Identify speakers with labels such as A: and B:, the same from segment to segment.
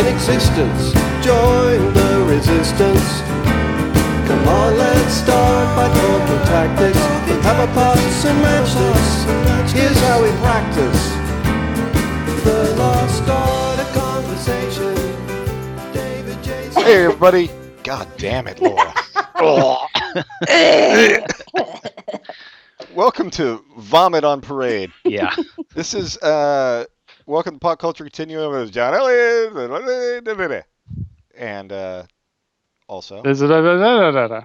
A: resistance. Join the resistance. Come on, let's start by talking tactics. We'll have a pass and match this. Here's how we practice. The lost art of conversation. David Jason.
B: Hey, everybody. God damn it, Laura. Ugh. Welcome to Vomit on Parade.
C: yeah.
B: This is uh, Welcome to Pop Culture Continuum with John Elliott. And uh, also,
D: Is it- da- da- da- da- da- da.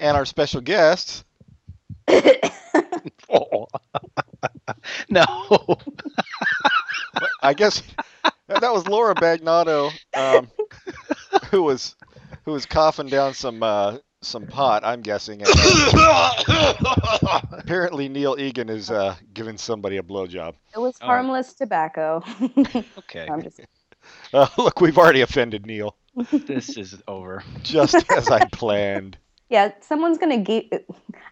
B: and our special guest,
C: Oh. no.
B: I guess that was Laura Bagnato, um, who was who was coughing down some uh, some pot, I'm guessing. And, uh, apparently, Neil Egan is uh, giving somebody a blowjob.
E: It was
C: Oh.
E: harmless tobacco.
C: okay.
E: I'm just
B: Uh, look, we've already offended Neil,
C: This is over.
B: just as I planned.
E: yeah. Someone's gonna ge-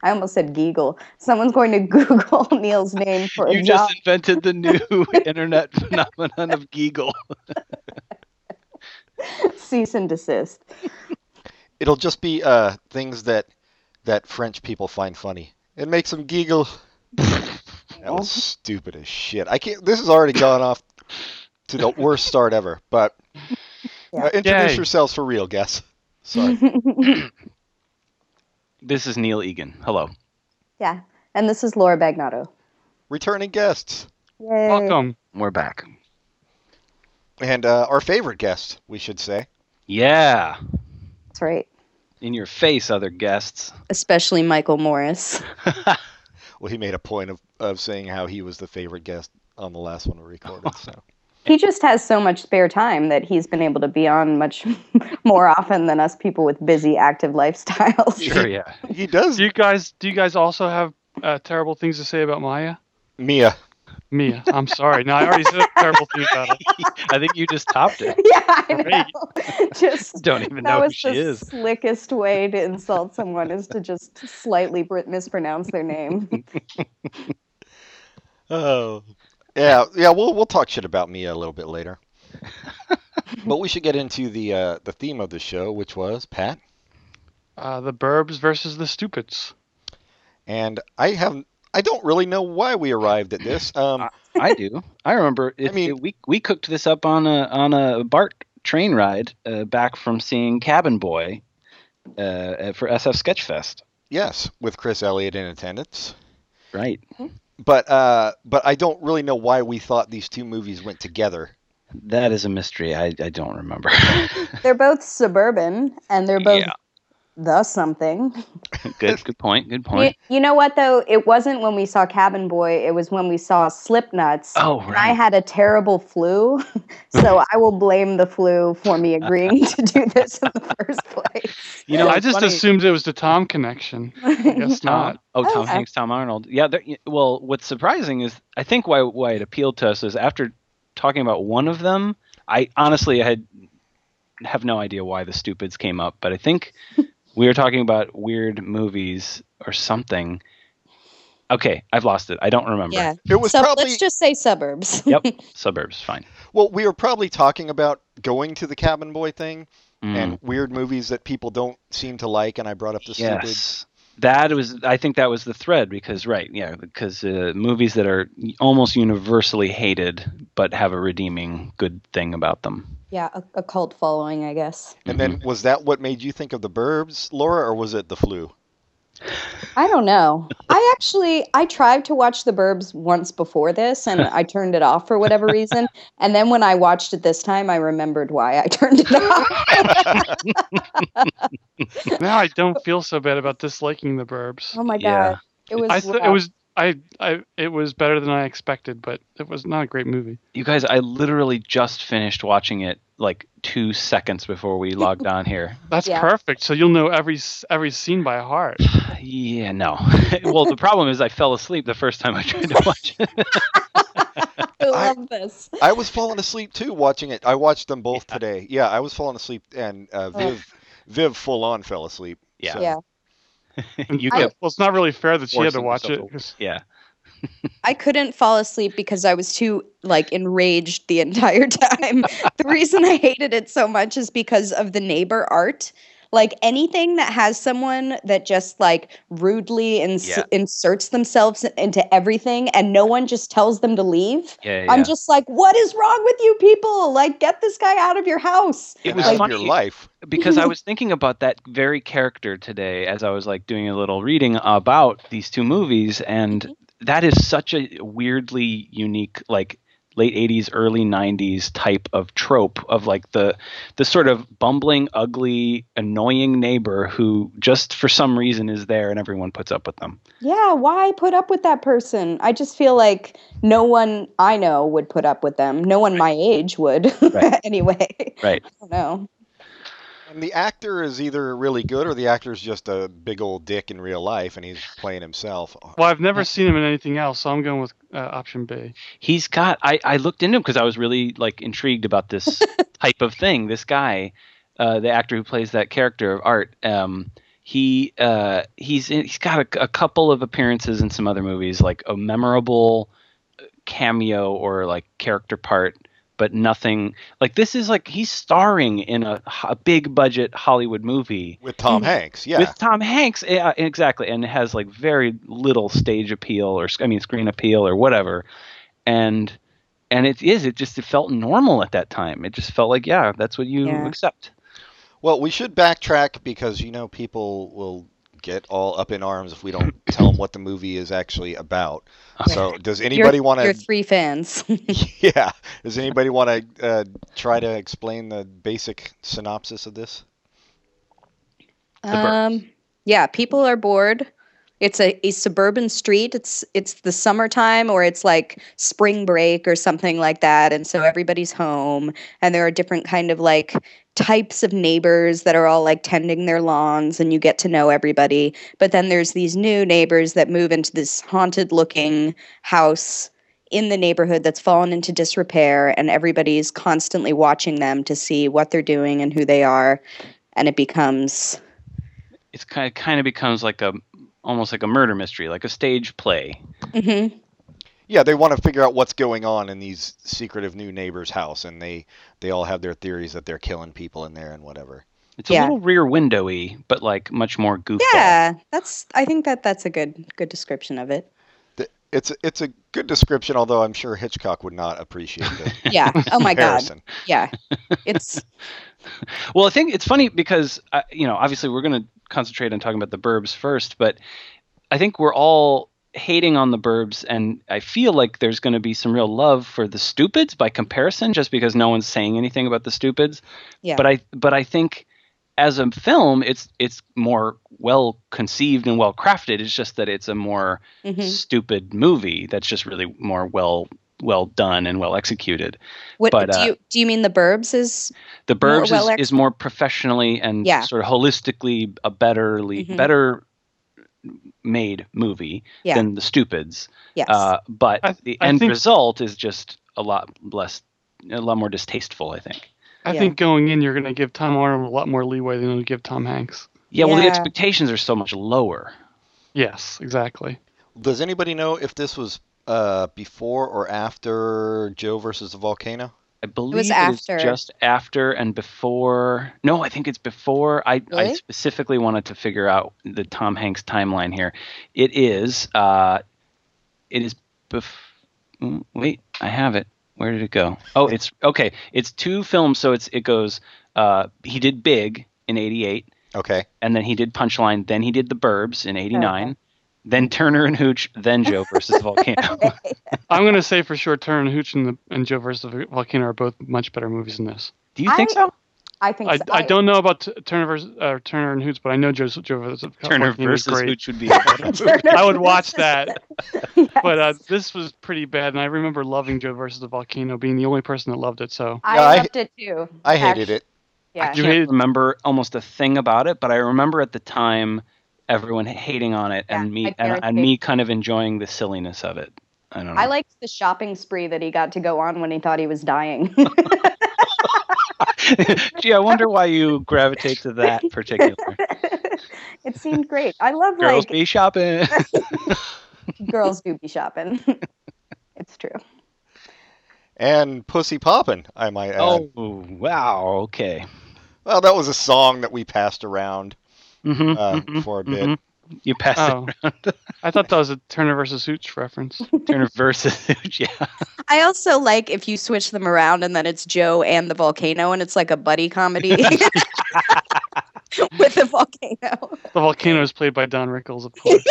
E: I almost said giggle. Someone's going to Google Neil's name for
C: You
E: a job.
C: just invented the new internet phenomenon of giggle.
E: Cease and desist.
B: It'll just be uh, things that that French people find funny. It makes them giggle. That was stupid as shit. I can't. This has already gone off to the worst start ever. But uh, introduce
D: Yay.
B: yourselves for real, guess. Sorry.
C: This is Neil Egan. Hello.
E: yeah. And this is Laura Bagnato.
B: Returning guests
E: Yay.
D: Welcome.
C: We're back.
B: and uh, our favorite guest, we should say.
C: Yeah.
E: That's right.
C: In your face, other guests.
E: Especially Michael Morris.
B: Well, he made a point of, of saying how he was the favorite guest on the last one we recorded. So
E: He just has so much spare time that he's been able to be on much more often than us people with busy, active lifestyles.
C: Sure, yeah.
B: he does.
D: Do you guys? Do you guys also have uh, terrible things to say about Maya?
B: Mia,
D: Mia, I'm sorry. No, I already said a terrible thing about her.
C: I think you just topped it.
E: Yeah, I
D: Right.
E: know. Just
C: Don't even
E: that
C: know who
E: was
C: she
E: the
C: is.
E: slickest way to insult someone is to just slightly br- mispronounce their name.
B: Oh. Yeah, yeah, we'll we'll talk shit about Mia a little bit later. but we should get into the uh, the theme of the show, which was Pat.
D: Uh, the Burbs versus the Stupids.
B: And I have I don't really know why we arrived at this. Um,
C: I do. I remember. It,
B: mean-
C: it- we we cooked this up on a on a BART train ride uh, back from seeing Cabin Boy uh, at- for SF Sketchfest.
B: yes, with Chris Elliott in attendance.
C: Right.
B: But uh, but I don't really know why we thought these two movies went together.
C: That is a mystery. I, I don't remember.
E: They're both suburban, and they're both
C: Yeah.
E: the something.
C: good good point. Good
E: You,
C: point.
E: you know what though? It wasn't when we saw Cabin Boy. It was when we saw Slipknots.
C: Oh
E: And I
C: right.
E: had a terrible flu, so I will blame the flu for me agreeing to do this in the first place.
C: You know,
D: I
C: it's
D: just
C: funny-
D: assumed it was the Tom connection. I guess
C: Tom,
D: not.
C: oh, Tom
E: okay.
C: Hanks, Tom Arnold. Yeah. there- Well, what's surprising is I think why why it appealed to us is after talking about one of them, I honestly had have no idea why the stupids came up, but I think we were talking about weird movies or something. Okay, I've lost it. I don't remember.
E: Yeah.
B: It was
E: So
B: probably
E: let's just say suburbs.
C: Yep. Suburbs, fine.
B: well, we were probably talking about going to the Cabin Boy thing
C: Mm,
B: and weird movies that people don't seem to like, and I brought up the stupid.
C: yes. That was, I think that was the thread because, right, yeah, because uh, movies that are almost universally hated but have a redeeming good thing about them.
E: Yeah, a, a cult following, I guess.
B: And
C: Hmm.
B: then was that what made you think of the Burbs, Laura, or was it the flu?
E: I don't know. I actually I tried to watch The Burbs once before this and I turned it off for whatever reason. And then when I watched it this time, I remembered why I turned it off.
D: Now I don't feel so bad about disliking the Burbs.
E: Oh my god.
C: Yeah.
E: It was
D: I th- it
E: rough.
D: was I, I it was better than I expected, but it was not a great movie.
C: You guys, I literally just finished watching it like two seconds before we logged on here.
D: That's
E: Yeah.
D: perfect. So you'll know every s- every scene by heart.
C: Yeah, no. well, the problem is I fell asleep the first time I tried to watch it.
E: I
B: I-
E: love this.
B: I was falling asleep too watching it. I watched them both today. Yeah, I was falling asleep, and uh,
E: Oh.
B: Viv, Viv full on fell asleep.
C: Yeah.
B: So-
E: Yeah.
C: you
E: I-
C: kept,
D: Well, it's not really fair that she had to
C: Forcing
D: watch it.
C: yourself to- yeah.
E: I couldn't fall asleep because I was too like enraged the entire time. the reason I hated it so much is because of the neighbor art. Like anything that has someone that just like rudely ins-
C: Yeah.
E: inserts themselves into everything and no one just tells them to leave.
C: Yeah, yeah.
E: I'm just like, what is wrong with you people? Like, get this guy out of your house.
C: It
B: And
C: was
B: out of
C: funny.
B: your life.
C: because I was thinking about that very character today as I was like doing a little reading about these two movies, and that is such a weirdly unique like late 80s early 90s type of trope of like the the sort of bumbling ugly annoying neighbor who just for some reason is there and everyone puts up with them
E: Yeah, why put up with that person? I just feel like no one I know would put up with them. No one my age would,
C: Right.
E: anyway.
C: right
E: I don't know.
B: And the actor is either really good or the actor is just a big old dick in real life and he's playing himself. uh,
D: Well, I've never seen him in anything else, so I'm going with uh, option B.
C: he's got i, I looked into him because i was really like intrigued about this type of thing this guy uh, the actor who plays that character of art um, he uh, he's in, he's got a, a couple of appearances in some other movies like a memorable uh, cameo or like character part but nothing like this is like he's starring in a, a big budget hollywood movie
B: With Tom
E: Mm-hmm.
B: Hanks, yeah.
C: with Tom Hanks, yeah, exactly, and has like very little stage appeal or I mean screen appeal or whatever, and and it is it just it felt normal at that time. It just felt like yeah, that's what you
E: Yeah.
C: accept.
B: Well, we should backtrack because you know people will get all up in arms if we don't tell them what the movie is actually about. So, does anybody
E: You're-
B: want
E: You're
B: to?
E: three fans.
B: Yeah, does anybody want to uh, try to explain the basic synopsis of this?
C: Burbs.
E: um, yeah, people are bored. It's a, a suburban street. It's it's the summertime or it's like spring break or something like that, and so everybody's home, and there are different kind of like types of neighbors that are all like tending their lawns, and you get to know everybody. But then there's these new neighbors that move into this haunted looking house in the neighborhood that's fallen into disrepair, and everybody's constantly watching them to see what they're doing and who they are, and it becomes.
C: It's kind of kind of becomes like a almost like a murder mystery, like a stage play.
E: Mhm.
B: Yeah, they want to figure out what's going on in these secretive new neighbor's house, and they they all have their theories that they're killing people in there and whatever.
C: It's a
E: Yeah.
C: little rear windowy, but like much more goofy.
E: Yeah, that's. I think that that's a good good description of it.
B: Th- It's it's a good description, although I'm sure Hitchcock would not appreciate the
E: Yeah. Oh my god.
B: comparison.
E: Yeah. It's
C: Well, I think it's funny because uh, you know, obviously, we're going to concentrate on talking about the Burbs first, but I think we're all hating on the Burbs, and I feel like there's going to be some real love for the Stupids by comparison, just because no one's saying anything about the Stupids.
E: yeah.
C: But I, but I think as a film, it's it's more well conceived and well crafted. It's just that it's a more
E: Mhm.
C: stupid movie that's just really more well well done and well executed.
E: What
C: but,
E: do
C: uh,
E: you do? You mean the Burbs is
C: The
E: More
C: Burbs
E: well
C: is, is more professionally and
E: Yeah.
C: sort of holistically a betterly
E: Mhm.
C: better made movie
E: Yeah.
C: than the Stupids.
E: yes.
C: Uh, but
D: I-
C: the
D: I
C: end
D: think-
C: result is just a lot less, a lot more distasteful. I think.
D: I
E: Yeah.
D: think going in, you're going to give Tom Arnold a lot more leeway than you'll give Tom Hanks.
C: Yeah, Well, the
E: Yeah.
C: expectations are so much lower.
D: Yes, exactly.
B: Does anybody know if this was uh, before or after Joe versus the volcano?
C: I believe
E: was
C: it is
E: after.
C: just after and before. No, I think it's before. I, I
E: Really?
C: specifically wanted to figure out the Tom Hanks timeline here. It is. Uh, it is. Bef- mm, wait, I have it. Where did it go? Oh, it's okay. It's two films, so it's it goes. Uh, he did Big in '88,
B: Okay.
C: and then he did Punchline. Then he did The Burbs in '89. Then Turner and Hooch. Then Joe versus the Volcano.
D: I'm going to say for sure, Turner and Hooch and, the, and Joe versus the Volcano are both much better movies than this.
C: Do you think
E: I-
C: so?
E: I think
D: I,
E: so.
D: I don't know about t- Turner versus uh, Turner and Hooch, but I know Joe, Joe versus the
C: Turner
D: Volcano is
C: versus
D: great.
C: Hooch would be. a better movie.
D: I would watch that,
E: Yes.
D: but uh, this was pretty bad, and I remember loving Joe versus the Volcano, being the only person that loved it. So
E: I
B: Yeah, I-
E: loved it too.
B: I hated
E: Actu-
B: it.
E: Yeah.
C: I
D: You
C: can't
D: hated-
C: remember almost a thing about it, but I remember at the time everyone hating on it and
E: Yeah,
C: me
E: my
C: and,
E: parents
C: and
E: hated
C: me kind of enjoying the silliness of it. I don't know.
E: I liked the shopping spree that he got to go on when he thought he was dying.
C: Gee, I wonder why you gravitate to that particular.
E: it seemed great. I love
C: Girls
E: like
C: be shopping.
E: Girls do be shopping. it's true.
B: and Pussy Poppin', I might add.
C: Oh wow. Okay.
B: Well, that was a song that we passed around
C: Mm-hmm,
B: uh, for a bit.
C: You passed
D: Oh, I thought that was a Turner versus Hooch reference.
C: the Turner versus yeah.
E: I also like if you switch them around and then it's Joe and the volcano and it's like a buddy comedy with the volcano.
D: The volcano is played by Don Rickles, of course.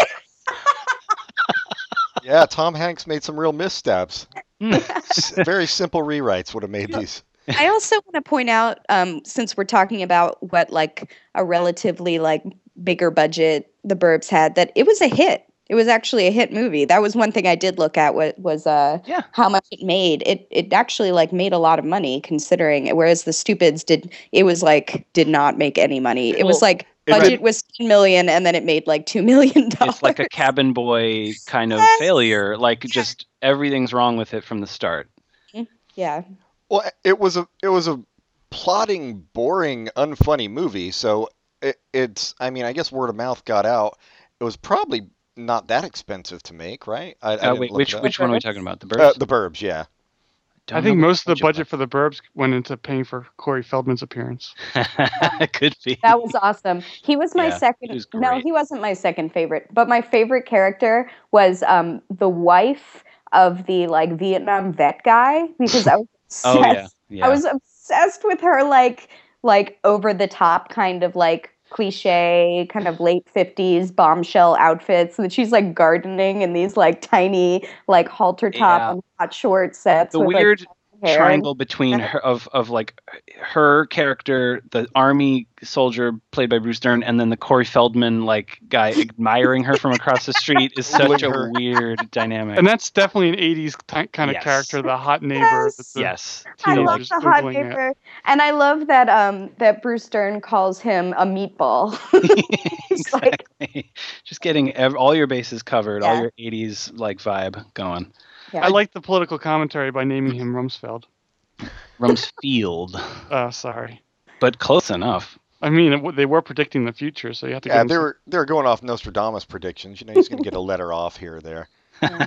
B: Yeah, Tom Hanks made some real missteps.
C: Hmm.
B: S- Very simple rewrites would have made these.
E: I also want to point out, um, since we're talking about what like a relatively like bigger budget the Burbs had, that it was a hit. It was actually a hit movie. That was one thing I did look at. What was uh
C: Yeah.
E: how much it made? It it actually like made a lot of money considering. Whereas the Stupids did it was like did not make any money. It was
C: Well,
E: like
B: it made-
E: budget was ten million and then it made like two million dollars.
C: Oh, It's like a cabin boy kind of
E: Yes.
C: failure. Like just everything's wrong with it from the start.
E: yeah.
B: Well, it was a it was a plotting, boring, unfunny movie. So it, it's I mean I guess word of mouth got out. It was probably not that expensive to make, right? I, I
C: Uh,
B: didn't
C: wait,
B: look
C: which
B: it up.
C: which one are we talking about? The birds.
B: Uh, the Burbs, yeah.
D: I think most of the budget for the Burbs went into paying for Corey Feldman's appearance.
C: it could be.
E: That was awesome. He was my
C: Yeah,
E: second.
C: he was
E: no,
C: great.
E: he wasn't my second favorite, but my favorite character was um, the wife of the like Vietnam vet guy because I was obsessed.
C: oh yeah. Yeah.
E: I was obsessed with her like like over the top kind of like cliche kind of late 50s bombshell outfits and she's like gardening in these like tiny like halter top
C: Yeah.
E: and hot short sets
C: the
E: with, like,
C: weird
E: hair.
C: triangle between her of of like her character, the army soldier played by Bruce Dern, and then the Corey Feldman like guy admiring her from across the street is such
B: Holding
C: a
B: her.
C: weird dynamic.
D: And that's definitely an 80s ty- kind of
C: Yes.
D: character, the hot neighbor.
E: Yes.
D: that the
C: yes.
E: I
D: teenagers
E: love
D: just
E: the hot
D: Googling it.
E: paper, and I love that um that Bruce Dern calls him a meatball. It's like-
C: Exactly. Just getting ev- all your bases covered, all
E: Yeah.
C: your '80s like vibe going.
E: Yeah.
D: I like the political commentary by naming him Rumsfeld.
C: Rumsfeld,
D: Uh, sorry.
C: but close enough.
D: I mean, it, w- they were predicting the future, so you have to.
B: Yeah,
D: give
B: they
D: them
B: were they were going off Nostradamus predictions. You know, he's going to get a letter off here or there.
E: Yeah.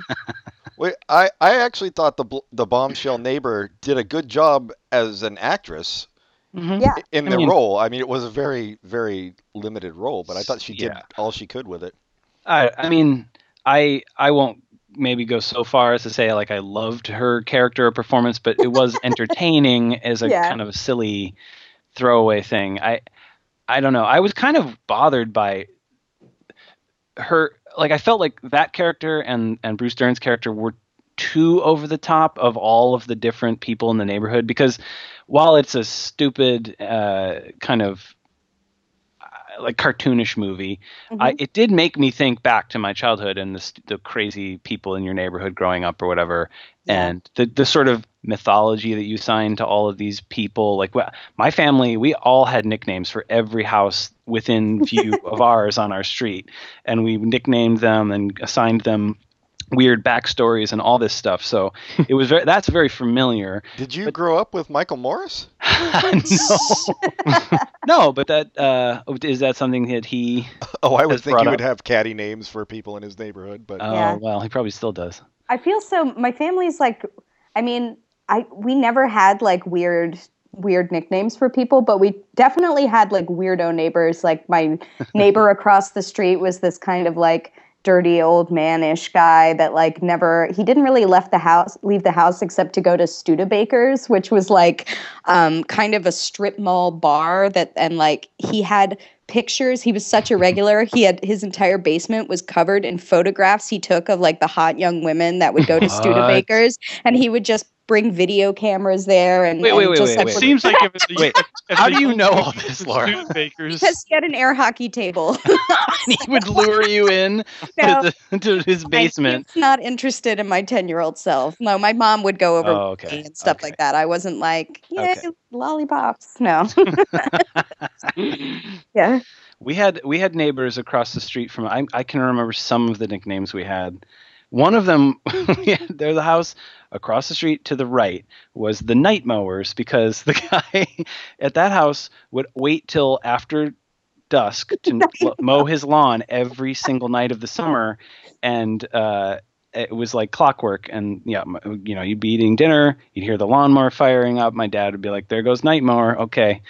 B: Wait, I I actually thought the bl- the bombshell neighbor did a good job as an actress
C: Mhm.
E: yeah,
B: in
C: I
B: the
C: mean-
B: role. I mean, it was a very very limited role, but I thought she did
C: Yeah.
B: all she could with it.
C: I, I mean, I I won't maybe go so far as to say like I loved her character or performance, but it was entertaining as a
E: Yeah.
C: kind of a silly throwaway thing. I I don't know. I was kind of bothered by her. Like I felt like that character and and Bruce Dern's character were too over the top of all of the different people in the neighborhood because while it's a stupid uh, kind of uh, like cartoonish movie, I,
E: Mm-hmm.
C: it did make me think back to my childhood and the, st- the crazy people in your neighborhood growing up or whatever,
E: Yeah.
C: and the the sort of mythology that you assign to all of these people. Like wh- my family, we all had nicknames for every house within view of ours on our street, and we nicknamed them and assigned them weird backstories and all this stuff. So it was very that's very familiar.
B: Did you grow up with Michael Morris?
C: no, no, but that uh, is that something that he?
B: Oh, I would
C: That's
B: think
C: brought
B: he would
C: up.
B: have catty names for people in his neighborhood, but
C: Oh
E: Yeah.
C: well, he probably still does.
E: I feel so. My family's like, I mean, I we never had like weird weird nicknames for people, but we definitely had like weirdo neighbors. Like my neighbor across the street was this kind of like dirty old manish guy that like never he didn't really left the house leave the house except to go to Studebaker's which was like um kind of a strip mall bar that and like he had pictures he was such a regular he had his entire basement was covered in photographs he took of like the hot young women that would go to
C: What?
E: Studebaker's and he would just bring video cameras there and,
C: Wait,
E: and
C: wait, wait,
E: just
C: wait,
E: like
D: It
C: wait.
D: seems like if, the,
C: Wait,
D: if, if
C: how
D: the
C: do you
D: young
C: know all this,
D: Institute
C: Laura?
D: Bakers,
E: because he had an air hockey table
C: he would lure you in
E: So-
C: to, the, to his basement.
E: I, it's not interested in my 10 year old self. No, my mom would go over
C: Oh,
E: with
C: okay,
E: me and stuff
C: okay.
E: like that. I wasn't like, yay,
C: Okay.
E: lollipops. No. yeah.
C: We had we had neighbors across the street from. I, I can remember some of the nicknames we had. One of them, we had- they're the house across the street to the right was the night mowers because the guy at that house would wait till after dusk to n- mow his lawn every single night of the summer, and uh, it was like clockwork. And yeah, m- you know, you'd be eating dinner, you'd hear the lawnmower firing up. My dad would be like, "There goes night mower." Okay,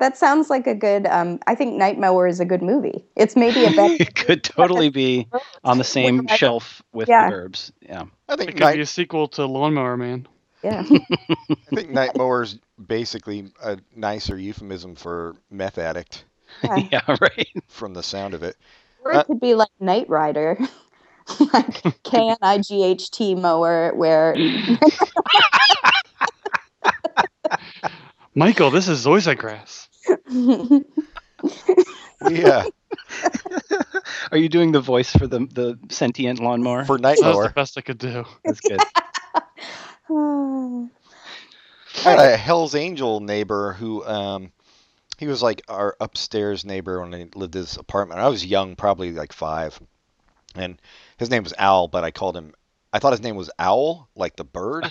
E: that sounds like a good. Um, I think Night Mower is a good movie. It's maybe a better.
C: it could totally be on the same shelf with
E: Yeah.
C: the verbs. Yeah,
B: I
D: It
B: think
D: could
B: night,
D: be a sequel to Lawnmower Man.
E: Yeah.
B: I think night mower's basically a nicer euphemism for meth addict
E: yeah.
C: yeah, right.
B: from the sound of it.
E: Or it could be like Night Rider. like K N I G H T mower, where
D: Michael, this is Zoysigrass.
B: Yeah,
C: Are you doing the voice for the the sentient lawnmower?
B: for night
D: That was the
B: mower.
D: best I could do.
C: That's good.
E: oh,
B: I had a Hell's Angel neighbor who, um, he was like our upstairs neighbor when I lived in this apartment. I was young, probably like five, and his name was Owl, but I called him. I thought his name was Owl, like the bird.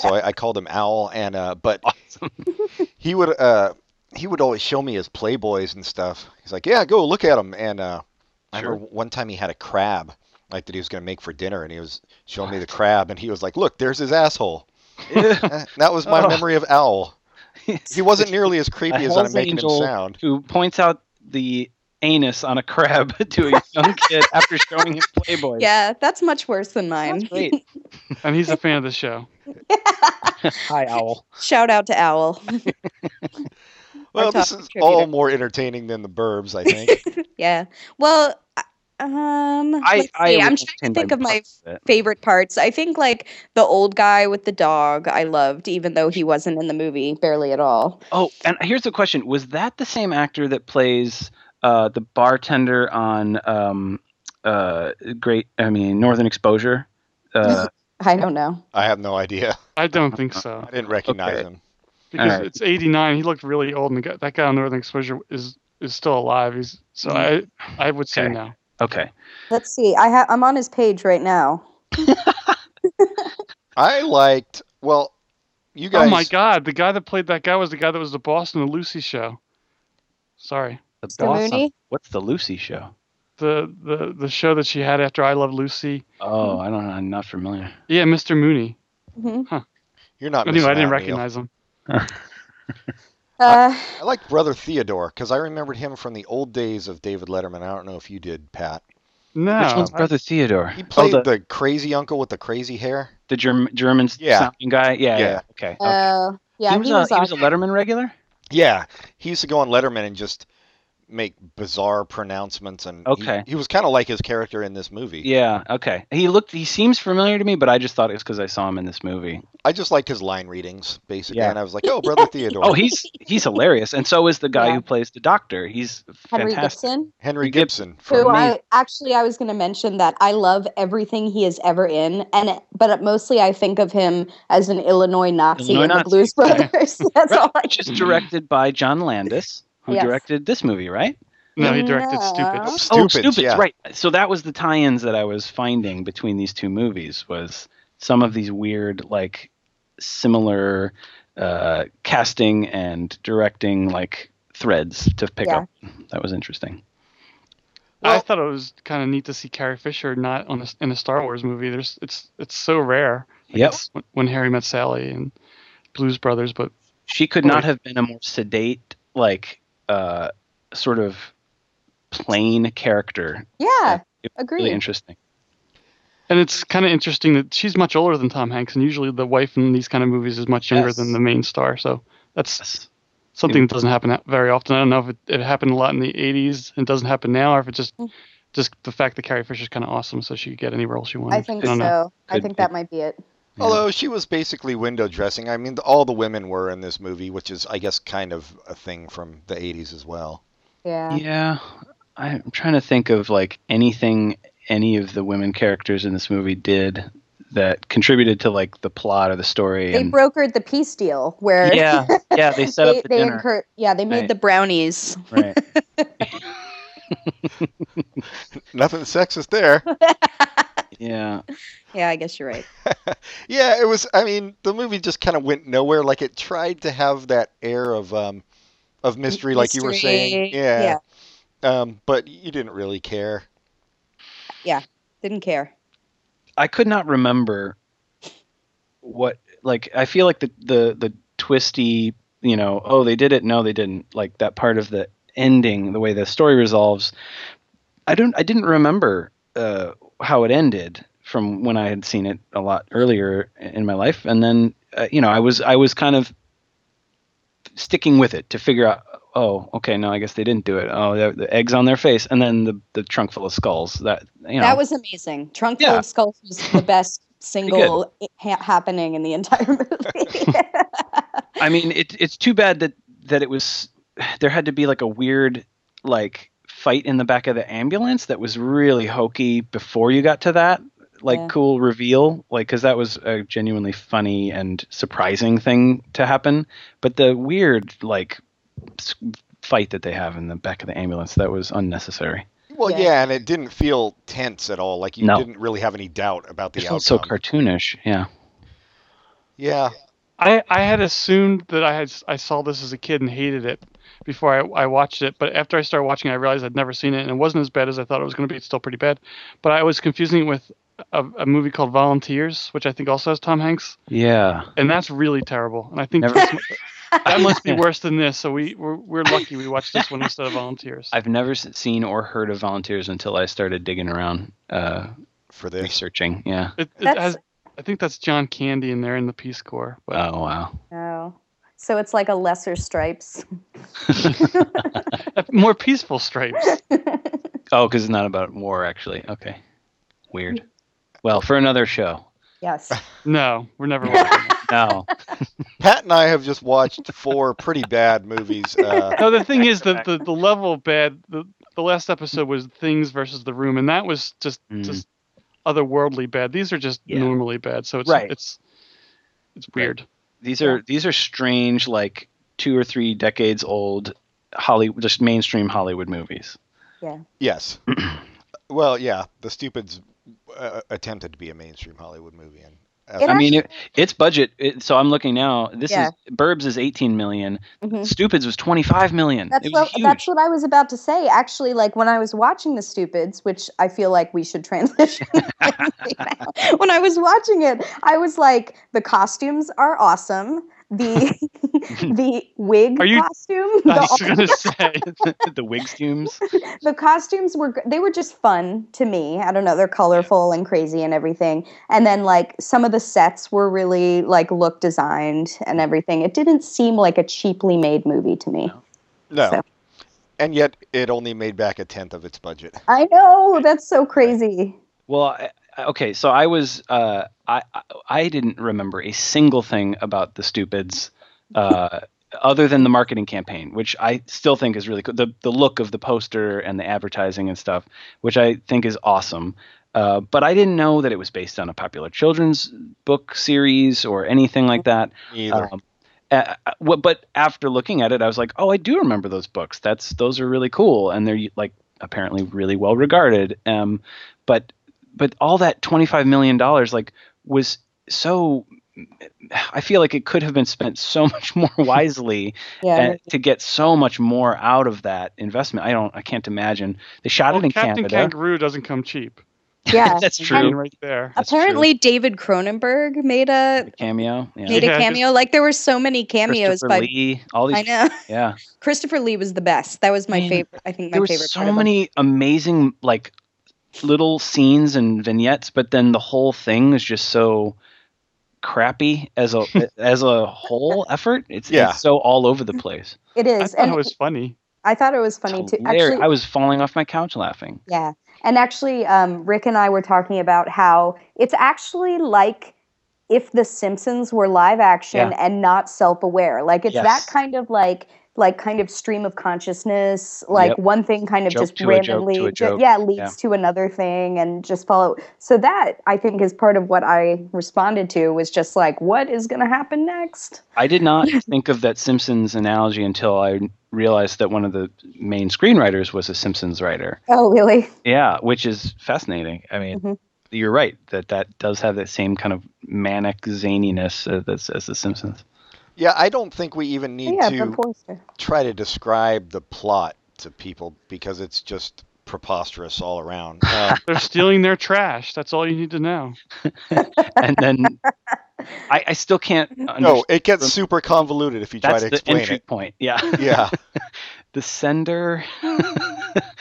B: so I, I called him Owl, and uh, but he would uh, he would always show me his Playboys and stuff. He's like, "Yeah, go look at them." And uh, I remember one time he had a crab like that he was going to make for dinner, and he was showing me the crab, and he was like, "Look, there's his asshole." Eh, that was my
C: Oh.
B: memory of Owl. He wasn't nearly as creepy
C: A
B: as I
C: Hell's
B: make him
C: Angel
B: sound.
C: who points out the anus on a crab to a young kid after showing him Playboy.
E: yeah, that's much worse than
C: That's
E: mine.
C: great.
D: And he's a fan of the show.
C: Hi, owl.
E: Shout out to Owl.
B: Well,
E: top
B: this is all
E: contributor.
B: more entertaining than the Burbs, I think.
E: Yeah. Well, I- um,
C: I,
E: let's
C: I
E: see.
C: was
E: I'm trying to
C: entertained by
E: think of my
C: most of it.
E: favorite parts. I think like the old guy with the dog. I loved, even though he wasn't in the movie barely at all.
C: Oh, and here's a question: Was that the same actor that plays uh, the bartender on um, uh, Great? I mean, Northern Exposure. Uh,
E: I don't know.
B: I have no idea.
D: I don't think so.
B: I didn't recognize
C: Okay.
B: him.
D: Because
C: right.
D: it's 89. He looked really old, and the guy, that guy on Northern Exposure is is still alive. He's So I I would say
C: Okay.
D: no.
C: okay.
E: Let's see. I ha- I'm on his page right now.
B: I liked. Well, you guys.
D: Oh my God! The guy that played that guy was the guy that was the boss in the Lucy show. Sorry,
C: The
E: Mr.
C: boss on-
E: Mooney?
C: what's the Lucy show?
D: the the the show that she had after I Love Lucy.
C: Oh,
E: Hmm?
C: I don't know. I'm not familiar.
D: Yeah, Mr. Mooney.
E: Mhm.
B: You're not.
D: Anyway,
B: missing
D: I
B: out,
D: didn't
B: Neil.
D: recognize him.
E: Uh,
B: I liked Brother Theodore because I remembered him from the old days of David Letterman. I don't know if you did, Pat.
D: No,
E: Oh,
C: Which one's Brother Theodore?
B: He played
C: oh, the,
B: the crazy uncle with the crazy hair.
C: the Germ- German
B: Yeah.
C: sounding guy.
B: Yeah.
C: Yeah, yeah. Okay. okay.
E: uh, yeah,
C: he was, a, he was a Letterman regular.
B: Yeah, he used to go on Letterman and just make bizarre pronouncements, and he-
C: Okay.
B: he, was kind of like his character in this movie.
C: Yeah. Okay. He looked. He seems familiar to me, but I just thought it was because I saw him in this movie.
B: I just liked his line readings basically,
C: Yeah.
B: and I was like, "Oh, brother Theodore,
C: Oh, he's he's hilarious, and so is the guy
E: Yeah.
C: who plays the doctor. He's
E: Henry
C: fantastic.
E: Gibson.
B: Henry
C: Gib-
B: Gibson."
E: Who
B: from-
E: I actually I was going to mention that I love everything he is ever in, and but mostly I think of him as an Illinois Nazi
C: Illinois
E: in the
C: Nazi.
E: Blues Brothers. That's all I.
C: Which is directed by John Landis, who
E: Yes.
C: directed this movie, right?
D: no, he directed
E: No.
D: Stupid.
C: oh,
B: Stupids,
C: Stupids,
B: yeah.
C: right. So that was the tie-ins that I was finding between these two movies was some of these weird, like, similar uh, casting and directing, like, threads to pick
E: Yeah.
C: up. That was interesting.
D: I
B: Well-
D: thought it was kind of neat to see Carrie Fisher not on a, in a Star Wars movie. There's it's it's so rare. Like,
C: Yep.
D: it's when- when Harry met Sally and Blues Brothers, but
C: She could
D: Oh,
C: not
D: yeah.
C: have been a more sedate, like, uh, sort of plain character.
E: Yeah,
C: It was
E: agreed.
C: Really interesting.
D: and it's kind of interesting that she's much older than Tom Hanks, and usually the wife in these kind of movies is much younger
C: Yes.
D: than the main star. So that's
C: Yes.
D: something that doesn't happen that- very often. I don't know if it, it happened a lot in the '80s and doesn't happen now, or if it just
E: Mm.
D: just the fact that Carrie Fisher's kind of awesome, so she could get any role she wanted.
E: I think so.
D: don't know.
E: I
C: Could
E: think
C: be.
E: that might be it.
B: Although she was basically window dressing. I mean, all the women were in this movie, which is, I guess, kind of a thing from the '80s as well.
E: Yeah.
C: Yeah, I'm trying to think of like anything any of the women characters in this movie did that contributed to like the plot or the story.
E: They
C: and
E: brokered the peace deal where
C: yeah, yeah, they set
E: they,
C: up the
E: they
C: dinner.
E: incur- yeah, they made
C: Right.
E: the brownies.
C: right.
B: Nothing sexist there.
C: Yeah.
E: Yeah, I guess you're right.
B: yeah, it was. I mean, the movie just kind of went nowhere. Like it tried to have that air of um, of mystery, like you were saying.
E: Mystery,
B: Yeah. Um, but you didn't really care.
E: Didn't care.
C: I could not remember what like I feel like the the the twisty, you know, oh they did it, no they didn't. Like that part of the ending, the way the story resolves. I don't I didn't remember uh, how it ended from when I had seen it a lot earlier in my life and then uh, you know, I was I was kind of sticking with it to figure out oh okay no i guess they didn't do it oh the, the eggs on their face and then the, the trunk full of skulls that you know
E: That was amazing. Trunk full
C: Yeah.
E: of skulls was the best single ha- happening in the entire movie.
C: I mean, it, it's too bad that that it was. There had to be like a weird like fight in the back of the ambulance that was really hokey before you got to that like
E: Yeah.
C: cool reveal like because that was a genuinely funny and surprising thing to happen but the weird like s- fight that they have in the back of the ambulance that was unnecessary
B: Well, yeah,
E: Yeah.
B: and it didn't feel tense at all. Like you
C: No.
B: didn't really have any doubt about the
C: it
B: outcome.
C: felt so cartoonish yeah
B: yeah.
D: I, I had assumed that I had s- I saw this as a kid and hated it before I, I watched it, but after I started watching, it, I realized I'd never seen it, and it wasn't as bad as I thought it was going to be. It's still pretty bad, but I was confusing it with a, a movie called Volunteers, which I think also has Tom Hanks,
C: yeah
D: and that's really terrible. And I think
C: Never-
D: this mu- that must be worse than this. So we we're, we're lucky we watched this one instead of Volunteers.
C: i've never s- seen or heard of volunteers until i started digging around uh
B: For this,
C: researching yeah
D: It, it
E: That's-
D: has, I think that's John Candy in there in the Peace Corps. But
C: oh wow
E: oh. So it's like a lesser stripes.
D: more peaceful stripes.
C: Oh, because it's not about war, actually. Okay. Weird. Well, for another show.
E: Yes.
D: No, we're never watching. That.
C: No.
B: Pat and I have just watched four pretty bad movies. Uh,
D: No, the thing is that the, the level of bad. The, the last episode was things versus the room, and that was just
C: Mm.
D: just otherworldly bad. These are just
C: Yeah.
D: normally bad. So it's
C: Right.
D: it's it's weird.
C: These are these are strange, like two or three decades old Hollywood, just mainstream Hollywood movies.
B: yes. well, yeah. The Stupids uh, attempted to be a mainstream Hollywood movie, and
E: It
C: I
B: I mean,
C: mean, it, it's budget. It, so I'm looking now. This
E: Yeah.
C: is Burbs is 18 million.
E: Mhm.
C: Stupids was 25 million.
E: That's
C: it was
E: what
C: huge.
E: that's what I was about to say. Actually, like when I was watching The Stupids, which I feel like we should transition. nicely now. when I was watching it, I was like, the costumes are awesome. The the wig
D: Are you-
E: costume,
D: I
E: the,
D: was gonna say
C: the wigstumes.
E: the costumes were gr- they were just fun to me. I don't know, they're colorful and crazy and everything. And then like some of the sets were really like look designed and everything. It didn't seem like a cheaply made movie to me.
B: no.
E: so-
B: And yet, it only made back a tenth of its budget.
E: I know that's so crazy.
C: Well, I, I- okay, so I was uh, I I- I didn't remember a single thing about the stupids, uh, other than the marketing campaign, which I still think is really cool. The the look of the poster and the advertising and stuff, which I think is awesome. Uh, but I didn't know that it was based on a popular children's book series or anything like that.
B: Either.
C: Um, uh, uh, wh- but after looking at it, I was like, oh, I do remember those books. That's those are really cool, and they're like apparently really well regarded. Um, but but all that twenty five million dollars like was so. I feel like it could have been spent so much more wisely
E: Yeah.
C: and to get so much more out of that investment. I don't. I can't imagine they shot
D: well,
C: it in
D: Captain
C: Canada.
D: Kangaroo doesn't come cheap.
E: Yeah.
C: That's
D: I mean,
C: true.
D: right there.
C: That's
E: Apparently, David Cronenberg made a
C: cameo. Yeah.
E: made
D: Yeah,
E: a
D: just-
E: cameo. Like there were so many cameos
C: Christopher
E: by.
C: Lee, all these.
E: I know
C: Yeah.
E: Christopher Lee was the best. That was my
C: Man,
E: favorite. I think my
C: there were
E: favorite.
C: so
E: part of him.
C: many amazing like little scenes and vignettes but then the whole thing is just so crappy as a as a whole effort it's,
B: Yeah.
C: it's so all over the place
E: It
D: I
E: is,
D: thought
E: and
D: it was funny.
E: I thought it was funny
C: It's
E: too.
C: hilarious.
E: Actually,
C: i was falling off my couch laughing
E: yeah, and actually, um, Rick and I were talking about how it's actually like if The Simpsons were live action and not self-aware. Like it's
C: Yes.
E: that kind of like like kind of stream of consciousness like
C: Yep.
E: one thing kind of
C: Joke
E: just
C: to a joke
E: randomly
C: to a
E: ju-
C: joke.
E: yeah leads
C: Yeah.
E: to another thing and just follow so that i think is part of what i responded to was just like what is going to happen next
C: i did not think of that simpsons analogy until i realized that one of the main screenwriters was a simpsons writer
E: oh really
C: Yeah, which is fascinating. I mean,
E: Mhm.
C: you're right that that does have that same kind of manic zaniness uh, that's as The Simpsons.
B: Yeah, I don't think we even need
E: Oh. yeah,
B: to
E: Bob Forrester.
B: try to describe the plot to people because it's just preposterous all around. Uh,
D: They're stealing their trash. That's all you need to know.
C: and then I, I still can't. Understand.
B: no, it gets super convoluted if you try
C: that's
B: to
C: the
B: explain
C: entry
B: it.
C: point. Yeah,
B: Yeah,
C: the sender.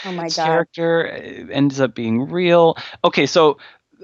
E: Oh my
C: Its
E: god.
C: character uh, ends up being real. Okay, so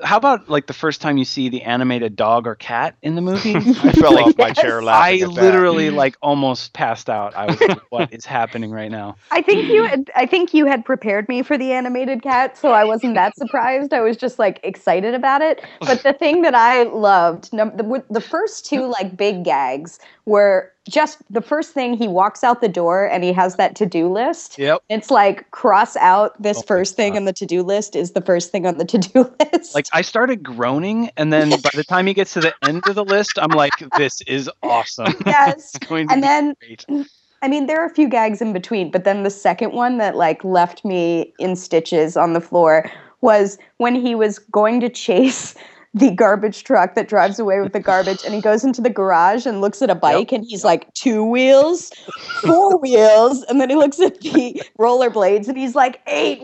C: how about like the first time you see the animated dog or cat in the movie?
B: I fell off my
E: Yes.
B: chair
C: I
B: laughing at that.
C: literally like almost passed out. I was like, what is happening right now?
E: I think you had, I think you had prepared me for the animated cat, so I wasn't that surprised. I was just like excited about it. But the thing that I loved, num- the, w- the first two like big gags were just the first thing he walks out the door and he has that to-do list.
C: Yep.
E: It's like cross out this
C: Oh my
E: first thing
C: God.
E: on the to-do list is the first thing on the to-do list.
C: Like I started groaning, and then by the time he gets to the end of the list, I'm like, this is awesome.
E: yes.
C: It's going to
E: And
C: be
E: then
C: great.
E: I mean, there are a few gags in between, but then the second one that like left me in stitches on the floor was when he was going to chase the garbage truck that drives away with the garbage and he goes into the garage and looks at a bike and he's like two wheels four wheels and then he looks at the rollerblades and he's like eight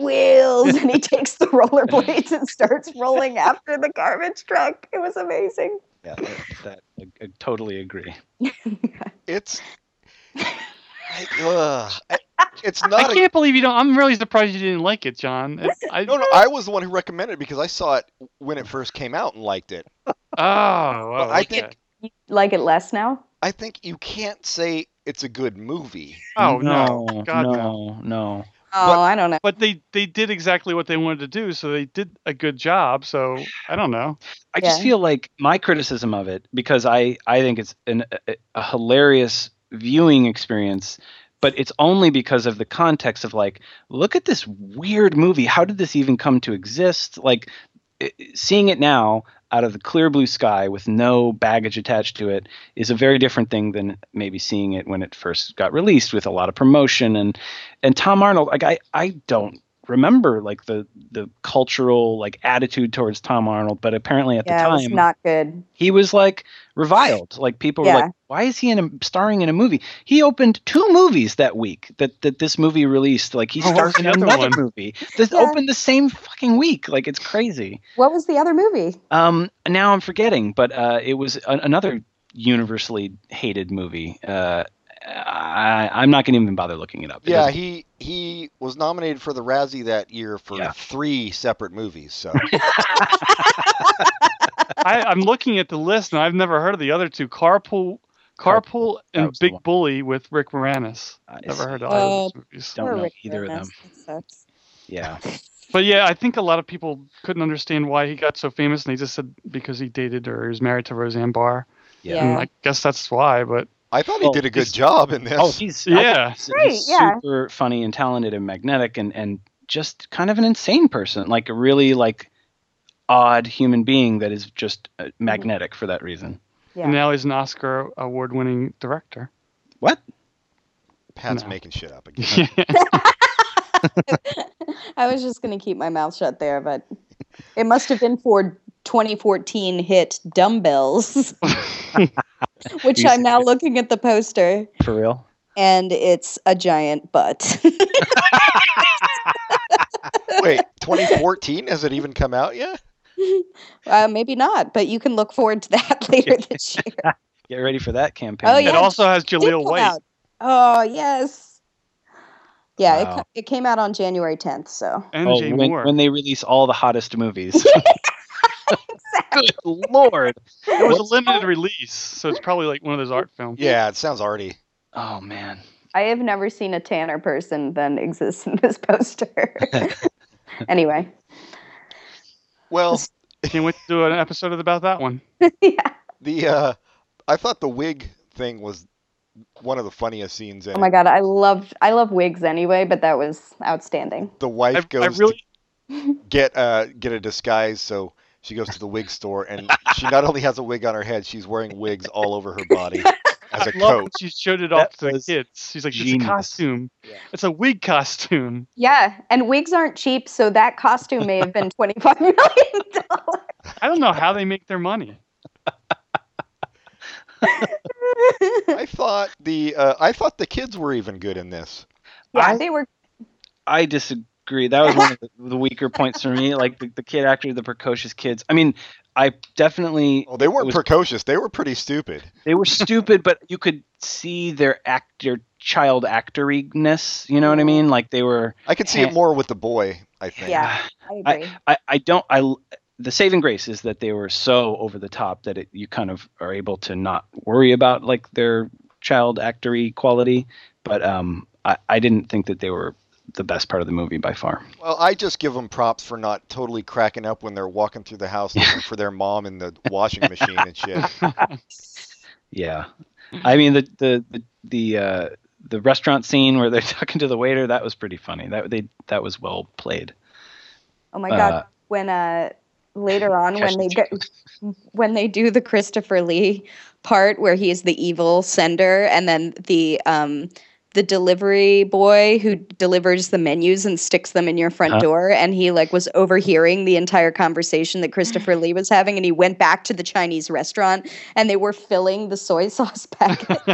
E: wheels and he takes the rollerblades and starts rolling after the garbage truck it was amazing
C: Yeah, that, that I, I totally agree.
B: It's. I, ugh, I- it's
D: I
B: not a
D: can't believe you don't. I'm really surprised you didn't like it, John. It- I, oh,
B: No, no, I was the one who recommended it because I saw it when it first came out and liked it.
D: Oh, wow,
B: I
D: okay.
B: think-
E: like it less now
B: I think you can't say it's a good movie.
D: Oh no,
C: no,
D: God,
C: no, no.
E: oh
B: But-
E: i don't know
D: But they they did exactly what they wanted to do, so they did a good job. So I don't know.
C: I just
E: Yeah.
C: feel like my criticism of it because I I think it's an, a, a hilarious viewing experience, but it's only because of the context of like, look at this weird movie. How did this even come to exist? Like i- i- seeing it now out of the clear blue sky with no baggage attached to it is a very different thing than maybe seeing it when it first got released with a lot of promotion and and Tom Arnold like I I don't remember like the the cultural like attitude towards Tom Arnold but apparently at
E: yeah
C: the
E: it was
C: time
E: not good
C: he was like reviled like people were
E: Yeah.
C: like why is he in a, starring in a movie he opened two movies that week that that this movie released like he
D: Oh,
C: starred
D: what's
C: in
D: the other
C: another
D: one?
C: movie this
E: Yeah.
C: opened the same fucking week like it's crazy
E: What was the other movie?
C: um, now I'm forgetting, but uh, it was a- another universally hated movie. Uh, I, I'm not going to even bother looking it up. It
B: Yeah,
C: doesn't-
B: he he was nominated for the Razzie that year for
C: Yeah.
B: three separate movies. So
D: I, I'm looking at the list, and I've never heard of the other two: Carpool, Carpool,
C: That
D: and
C: was the
D: Big
C: one.
D: Bully with Rick Moranis.
C: I
D: Never heard of
E: Uh,
D: either of those movies.
C: don't
E: Poor
C: know
E: Rick
C: either of
E: Moranis.
C: them.
E: That sucks.
C: Yeah,
D: But yeah, I think a lot of people couldn't understand why he got so famous, and they just said because he dated or he was married to Roseanne Barr.
C: yeah.
E: Yeah.
D: And I guess that's why. But
B: I thought he
C: Well,
B: did a good
C: he's-
B: job in this.
C: Oh, he's I thought
D: Yeah.
C: he's-
E: Great,
C: he's
E: yeah.
C: super funny and talented and magnetic and and just kind of an insane person, like a really like odd human being that is just uh, magnetic for that reason.
E: Yeah.
D: and now he's an Oscar award-winning director.
C: What?
B: Pat's
D: no.
B: making shit up again.
D: yeah,
E: I was just going to keep my mouth shut there, but it must have been for 2014 hit Dumbbells, which
C: He's-
E: I'm now looking at the poster,
C: For real?
E: and it's a giant butt.
B: Wait, 2014? Has it even come out yet?
E: uh, maybe not, but you can look forward to that later this year.
C: Get ready for that campaign.
E: Oh,
D: it
E: yeah.
D: also has
E: It did
D: Jaleel
E: come
D: White.
E: out. Oh, yes. Yeah, it,
C: Wow.
E: co- it came out on January 10th, so.
D: and
C: Oh,
D: Jay
C: when,
D: Moore.
C: when they release all the hottest movies. Good lord.
D: it was a limited release, so it's probably like one of those art films.
B: Yeah, it sounds already.
C: Oh man.
E: I have never seen a tanner person than exists in this poster. anyway,
B: Well,
D: Can't wait to do an episode about that one.
E: yeah.
B: the uh, I thought the wig thing was one of the funniest scenes. In
E: Oh my
B: it.
E: god, I loved I love wigs anyway, but that was outstanding.
B: The wife
D: I,
B: goes
D: I
B: to
D: really,
B: get uh get a disguise so she goes to the wig store and she not only has a wig on her head she's wearing wigs all over her body as a
D: I love
B: coat
D: when she showed it
C: That
D: off to the
C: was
D: kids. She's like,
C: genius.
D: it's a costume.
B: Yeah.
D: It's a wig costume.
E: Yeah, and wigs aren't cheap, so that costume may have been twenty five million dollars.
D: I don't know how they make their money.
B: I thought the uh, I thought the kids were even good in this.
E: yeah,
C: I-
E: they were.
C: I disagree. That was one of the, the weaker points for me. Like the, the kid actor, the precocious kids. I mean, I definitely
B: Oh, they weren't
C: was-
B: precocious. They were pretty stupid.
C: they were stupid, but you could see their act, their child actoriness. You know what I mean? Like they were.
B: I could see it
C: Heh.
B: more with the boy. I think.
E: Yeah. I agree.
C: I, I don't. I the saving grace is that they were so over the top that it, you kind of are able to not worry about like their child actory quality. But um, I, I didn't think that they were the best part of the movie by far.
B: Well, I just give them props for not totally cracking up when they're walking through the house looking for their mom in the washing machine and shit.
C: Yeah,
E: Mm-hmm.
C: I mean the the the the, uh, the restaurant scene where they're talking to the waiter that was pretty funny. That they that was well played.
E: Oh my
C: Uh,
E: god! When uh, later on,
C: Cash
E: when they
C: and
E: get, when they do the Christopher Lee part where he's the evil sender, and then the um, the delivery boy who delivers the menus and sticks them in your front
C: Uh-huh.
E: door, and he like was overhearing the entire conversation that Christopher Lee was having, and he went back to the Chinese restaurant, and they were filling the soy sauce packets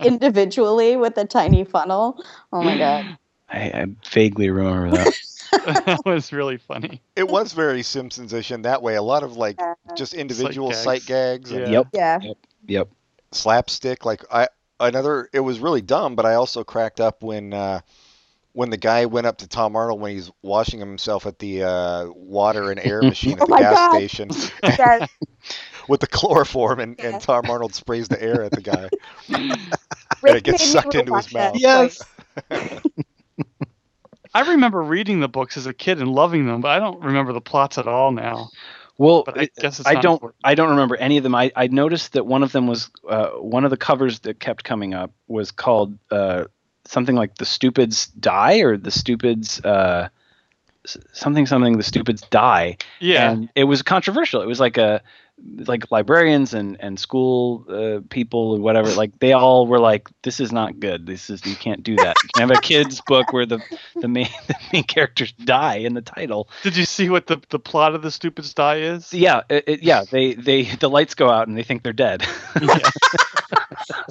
E: individually with a tiny funnel. Oh my god!
C: I, I vaguely remember that.
D: that was really funny.
B: It was very Simpsons-ish in that way. A lot of like just individual
D: gags.
B: sight gags, and
D: Yeah.
C: Yep,
E: Yeah.
C: yep.
B: slapstick. Like I another, it was really dumb, but I also cracked up when uh, when the guy went up to Tom Arnold when he's washing himself at the uh, water and air machine at
E: Oh
B: the
E: my
B: gas
E: God.
B: station
E: Yes.
B: with the chloroform, and,
E: Yeah.
B: and Tom Arnold sprays the air at the guy.
E: Rick
B: it gets
E: made me
B: sucked into
E: rewatch
B: his mouth.
E: that twice.
D: I remember reading the books as a kid and loving them, but I don't remember the plots at all now.
C: Well,
D: But I
C: it-
D: guess it's
C: I
D: not
C: don't.
D: important.
C: I don't remember any of them. I, I noticed that one of them was uh, one of the covers that kept coming up was called uh, something like "The Stupids Die" or "The Stupids." Uh, s- Something, something. The stupids die,
D: Yeah,
C: and it was controversial. It was like a, like librarians and and school uh, people or whatever. Like they all were like, "This is not good. This is you can't do that. You can have a kids book where the the main the main characters die in the title."
D: did you see what the, the plot of the stupid die is?
C: yeah, it, it- yeah. They they the lights go out and they think they're dead.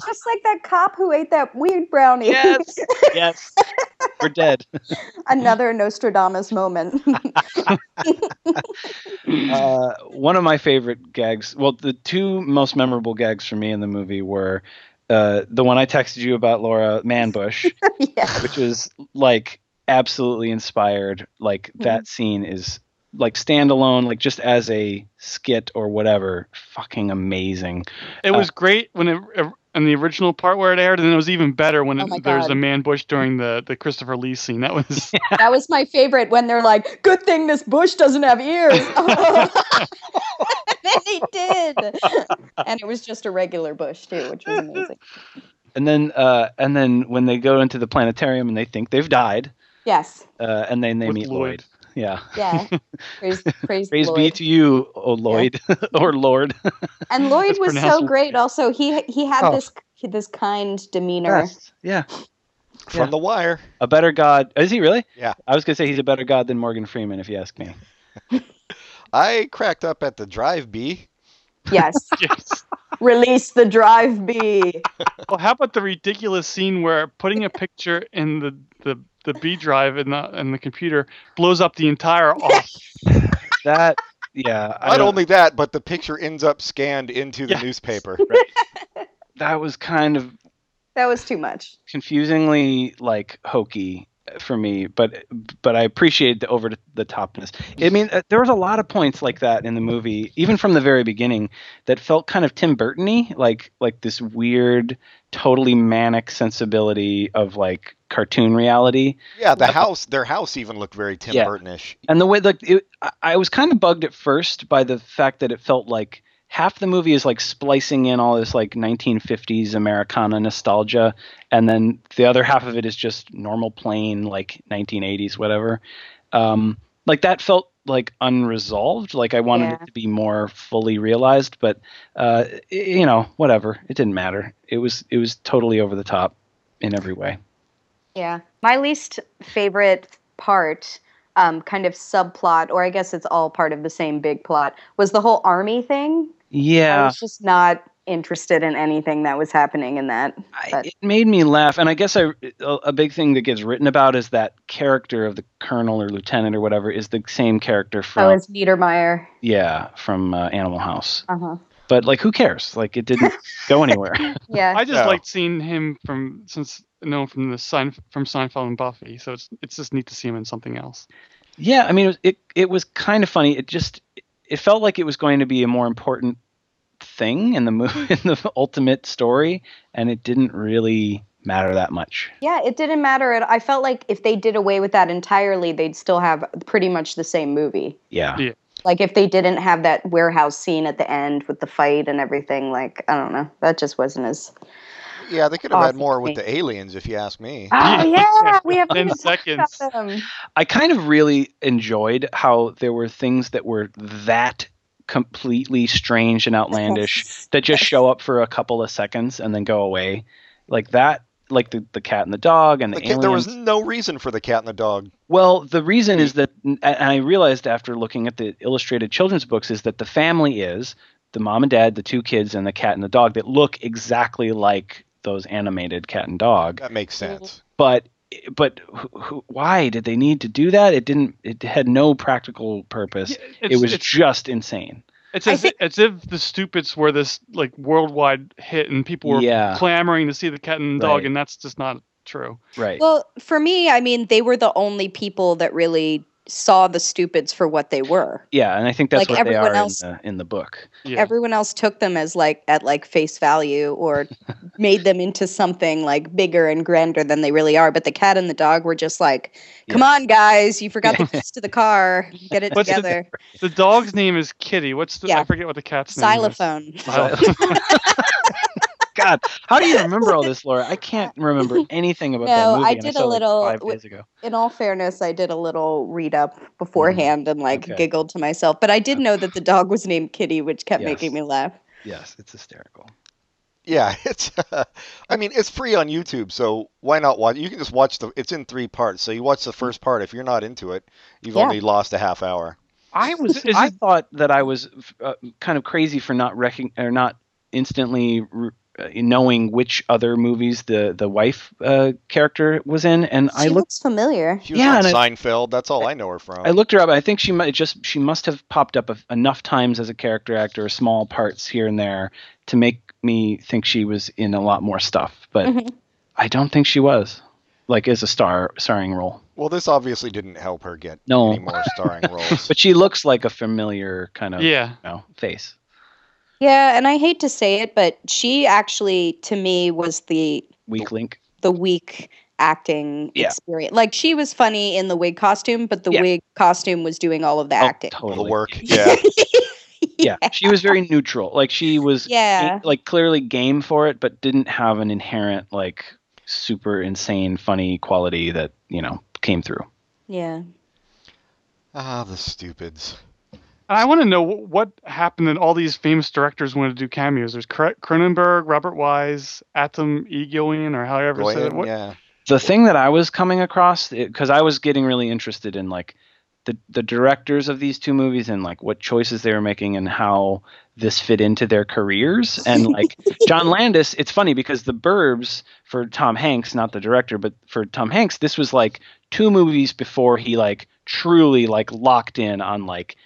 E: Just like that cop who ate that weird brownie.
C: yes, we're dead.
E: Another Nostradamus moment.
C: Uh, one of my favorite gags. Well, the two most memorable gags for me in the movie were uh, the one I texted you about, Laura Manbush,
E: yeah.
C: which is like absolutely inspired. Like that scene is like standalone, like just as a skit or whatever. Fucking amazing.
D: It
C: Oh.
D: was great when it in the original part where it aired, and then it was even better when
E: Oh
D: it,
E: my
D: there was
E: God.
D: a man bush during the, the Christopher Lee scene. That was
E: That was my favorite when they're like, good thing this bush doesn't have ears. and then he did. And it was just a regular bush, too, which was amazing.
C: And then uh, and then when they go into the planetarium and they think they've died,
E: Yes.
C: uh, and then they
D: with
C: meet Lloyd.
D: Lloyd.
C: Yeah.
E: Yeah. Praise, praise,
C: Praise
E: the
C: be
E: Lord.
C: to you, oh Lloyd or Lord.
E: And Lloyd
D: That's
E: was so
D: pronounced-
E: great. Also, he he had
C: Oh.
E: this this kind demeanor.
C: Yeah.
B: From
C: Yeah.
B: the wire.
C: A better god. Oh, Is he really?
B: Yeah.
C: I was going to say he's a better god than Morgan Freeman, if you ask me.
B: I cracked up at the drive B.
E: Yes.
D: Yes.
E: Release the drive bee.
D: Well, how about the ridiculous scene where putting a picture in the the, the B drive in the in the computer blows up the entire office?
C: That, yeah. I
B: Not
C: don't-
B: only that, but the picture ends up scanned into the
D: Yes.
B: newspaper.
C: That was kind of
E: That was too much.
C: confusingly, like, hokey for me, but but I appreciate the over the topness. I mean, uh, there was a lot of points like that in the movie, even from the very beginning, that felt kind of Tim Burton-y, like like this weird, totally manic sensibility of like cartoon reality.
B: Yeah, the house, their house even looked very Tim
C: Yeah.
B: Burton-ish.
C: And the way like it, I- I was kind of bugged at first by the fact that it felt like half the movie is like splicing in all this like 1950s Americana nostalgia, and then the other half of it is just normal plain like 1980s whatever. Um, like that felt like unresolved. Like I wanted
E: Yeah.
C: it to be more fully realized, but uh, i- you know whatever. It didn't matter. It was it was totally over the top in every way.
E: Yeah. My least favorite part, um, kind of subplot, or I guess it's all part of the same big plot, was the whole army thing. I
C: Yeah.
E: was just not interested in anything that was happening in that.
C: I,
E: But-
C: it made me laugh, and I guess I, a, a big thing that gets written about is that character of the colonel or lieutenant or whatever is the same character from
E: Oh, it's Niedermeyer.
C: yeah from uh, Animal House.
E: Uh huh.
C: But like, who cares? Like, it didn't go anywhere.
E: Yeah.
D: I just
B: Yeah.
D: liked seeing him from since known from the Seinf- from Seinfeld and Buffy, so it's it's just neat to see him in something else.
C: yeah, I mean, it was, it it was kind of funny. It just it felt like it was going to be a more important thing in the movie, in the ultimate story, and it didn't really matter that much.
E: Yeah, it didn't matter. At, I felt like if they did away with that entirely, they'd still have pretty much the same movie.
C: Yeah.
D: Yeah.
E: Like if they didn't have that warehouse scene at the end with the fight and everything, like I don't know, that just wasn't as.
B: Yeah, they could have had
E: Awesome.
B: more with the aliens, if you ask me.
E: Oh yeah, we have
D: Ten
E: to talk about
D: seconds.
E: them.
C: I kind of really enjoyed how there were things that were that completely strange and outlandish that just show up for a couple of seconds and then go away. Like that, like the, the cat and the dog and the,
B: The
C: aliens.
B: cat, there was no reason for the cat and the dog.
C: Well, the reason is that, and I realized after looking at the illustrated children's books, is that the family is the mom and dad, the two kids, and the cat and the dog that look exactly like those animated cat and dog.
B: That makes sense.
C: But but who, who, why did they need to do that? It didn't. It had no practical purpose.
D: it's,
C: it was
D: it's,
C: just insane.
D: it's
E: I
D: as
E: think-
D: it's if the stupids were this like worldwide hit and people were
C: Yeah.
D: clamoring to see the cat and dog,
C: Right.
D: and that's just not true.
C: Right.
E: Well, for me, I mean, they were the only people that really saw the stupids for what they were.
C: yeah, and I think that's
E: like
C: what they
E: everyone
C: are
E: else-
C: in, the, in the book.
D: Yeah.
E: Everyone else took them as like at like face value or made them into something like bigger and grander than they really are. But the cat and the dog were just like, "Come on, guys, you forgot the keys to the car. Get it
D: What's the-
E: together."
D: the dog's name is Kitty. What's the
E: Yeah.
D: I forget what the cat's
E: Xylophone.
D: name is. Xylophone.
C: God, how do you remember all this, Laura? I can't remember anything about that
E: No,
C: movie.
E: I
C: and
E: did
C: saw
E: a
C: it, like,
E: little-
C: five
E: w-
C: days ago.
E: In all fairness, I did a little read up beforehand and like
C: Mm-hmm. Okay.
E: giggled to myself. But I did know that the dog was named Kitty, which kept
C: Yes.
E: making me laugh.
C: Yes, it's hysterical.
B: Yeah, it's. uh, I mean, it's free on YouTube, so why not watch? You can just watch the. It's in three parts, so you watch the first part. If you're not into it, you've
E: Yeah.
B: only lost a half hour.
C: I was.
D: Is
C: I
D: it-
C: thought that I was uh, kind of crazy for not recog or not instantly re- uh, knowing which other movies the the wife uh, character was in, and I
E: she
C: looked.
E: looks familiar.
B: She was
C: Yeah,
B: on
C: and
B: Seinfeld. That's all I know her from.
C: I looked her up. and I think she might just she must have popped up a, enough times as a character actor, small parts here and there, to make me think she was in a lot more stuff. But
D: Mm-hmm.
E: Mhm.
C: I don't think she was, like as a star starring role.
B: well, this obviously didn't help her get
C: No.
B: any more starring roles.
C: Oh. But she looks like a familiar kind of
D: yeah.
C: you know, face.
E: Yeah, and I hate to say it, but she actually, to me, was the
C: Weak link.
E: the weak acting
C: Yeah.
E: experience. Like she was funny in the wig costume, but the
C: Yeah.
E: wig costume was doing all of the acting.
C: Oh,
B: All the
C: totally.
B: work. Yeah.
C: yeah she was very neutral like she was
E: Yeah.
C: like clearly game for it but didn't have an inherent like super insane funny quality that you know came through
E: Yeah.
B: Ah, the stupids.
D: And I want to know wh- what happened that all these famous directors wanted to do cameos. There's Cro- Cronenberg, Robert Wise, Atom Egoyan, or however
B: Go
D: you say
B: ahead,
D: that. What,
B: yeah.
C: the thing that i was coming across because i was getting really interested in like the, the directors of these two movies and like what choices they were making and how this fit into their careers and like john landis it's funny because the burbs for tom hanks not the director but for tom hanks this was like two movies before he like truly like locked in on like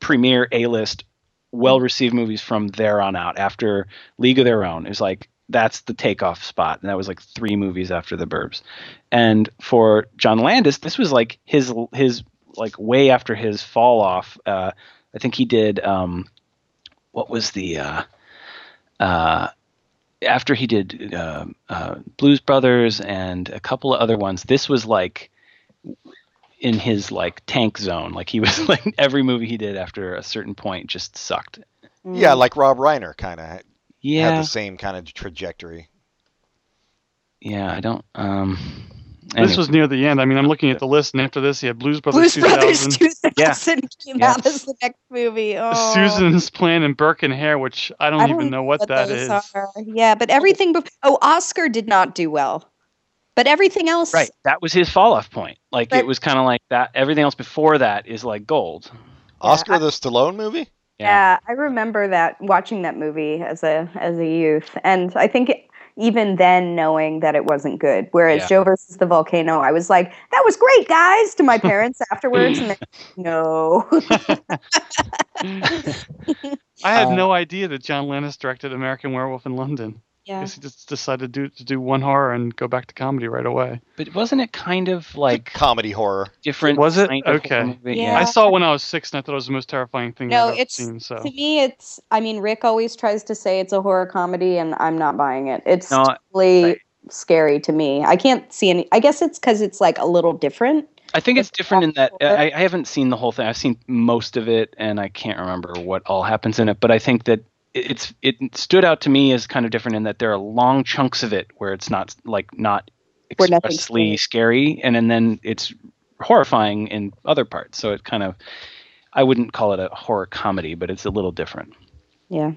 C: premier a-list well-received movies from there on out after league of their own is like that's the takeoff spot and that was like three movies after the burbs and for john landis this was like his his like way after his fall off uh i think he did um what was the uh uh after he did uh, uh, Blues Brothers and a couple of other ones, this was like in his like tank zone. Like he was like every movie he did after a certain point just sucked.
E: Mm.
B: Yeah, like Rob Reiner kind of had
C: Mm. Yeah,
B: the same kind of trajectory.
C: yeah. I don't. Um,
D: This was near the end. I mean, I'm looking at the list, and after this, he had Blues Brothers
E: Blues
D: 2000,
E: Brothers 2000
C: Yeah.
E: came
C: Yeah.
E: out as the next movie. Oh.
D: Susan's Plan, and Burke and Hare, which I don't,
E: I
D: even know what, that
E: those
D: is.
E: are. Yeah, but everything before. Oh, Oscar did not do well, but everything else.
C: right. That was his fall off point. Like
E: But-
C: it was kind of like that. Everything else before that is like gold.
B: Oscar
E: I-
B: the Stallone movie?
E: Yeah. I remember that watching that movie as a as a youth, and I think it, even then knowing that it wasn't good. Whereas
C: Yeah.
E: Joe versus the volcano, I was like, "That was great, guys!" to my parents afterwards, and then no,
D: I had
C: Um,
D: no idea that John Landis directed American Werewolf in London. I
E: yeah,
D: guess he just decided to do, to do one horror and go back to comedy right away.
C: But wasn't it kind of like
B: comedy horror.
C: different?
D: Was it?
C: kind of
D: Okay.
C: movie?
E: Yeah.
D: I saw it when I was six, and I thought it was the most terrifying thing
E: No,
D: I've ever
E: it's-
D: seen. So
E: to me, it's. I mean, Rick always tries to say it's a horror comedy, and I'm not buying it. It's
C: No,
E: totally
C: right.
E: scary to me. I can't see any. I guess it's because it's like a little different.
C: I think it's
E: It's
C: different in that
E: awful.
C: I, I haven't seen the whole thing. I've seen most of it, and I can't remember what all happens in it. But I think that it- it's it stood out to me as kind of different in that there are long chunks of it where it's not like not
E: Where nothing's
C: expressly scary, and, and then it's horrifying in other parts. So it kind of I wouldn't call it a horror comedy, but it's a little different.
E: Yeah.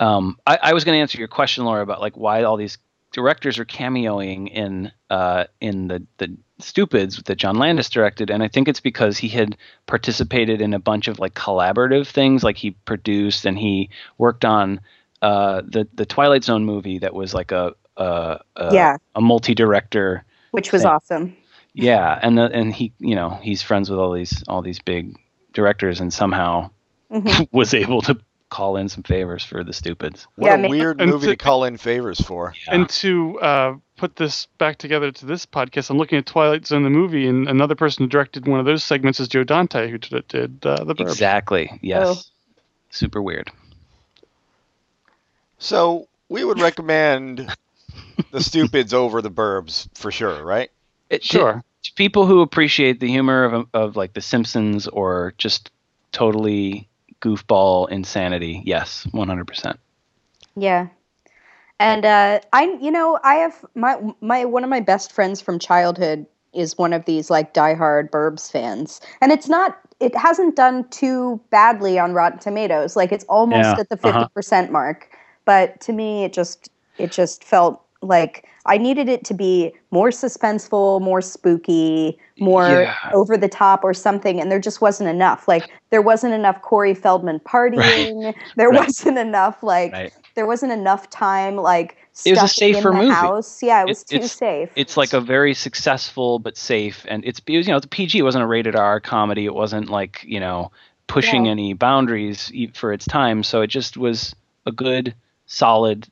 C: Um, I, I was going to answer your question, Laura, about like why all these directors are cameoing in uh, in the the stupids that John Landis directed, and I think it's because he had participated in a bunch of like collaborative things, like he produced and he worked on uh, the the Twilight Zone movie that was like a a, a,
E: Yeah.
C: a multi director.
E: Which was
C: Same.
E: awesome.
C: Yeah, and the, and he you know he's friends with all these all these big directors, and somehow
E: Mhm.
C: was able to call in some favors for the stupids.
B: What
E: Yeah,
B: a
E: man.
B: weird
D: And
B: movie
D: to-
B: to call in favors for.
C: Yeah.
D: And to uh, put this back together to this podcast, I'm looking at Twilight Zone the movie, and another person who directed one of those segments is Joe Dante, who did, did uh, the Burbs.
C: Exactly. Yes.
E: Oh.
C: Super weird.
B: So we would recommend the stupids over the burbs for sure, right?
C: It- to-
D: Sure.
C: To, people who appreciate the humor of of like The Simpsons or just totally goofball insanity, yes, one hundred percent.
E: Yeah. And uh, I, you know, I have my my one of my best friends from childhood is one of these like diehard Burbs fans, and it's not. It hasn't done too badly on Rotten Tomatoes. Like it's almost
C: Yeah,
E: at the
C: uh-huh.
E: fifty percent mark. But to me, it just it just felt like I needed it to be more suspenseful, more spooky, more
C: Yeah.
E: over the top, or something. And there just wasn't enough. Like there wasn't enough Corey Feldman partying. There
C: Right.
E: wasn't enough like
C: Right.
E: there wasn't enough time like
C: It was a
E: stuffing
C: safer
E: in the
C: movie.
E: house. Yeah, it
C: It-
E: was too
C: it's-
E: safe.
C: It's like a very successful but safe, and it's it was, you know it's a PG. It wasn't a rated R comedy. It wasn't like you know pushing
E: Yeah.
C: any boundaries e- for its time. So it just was a good, solid,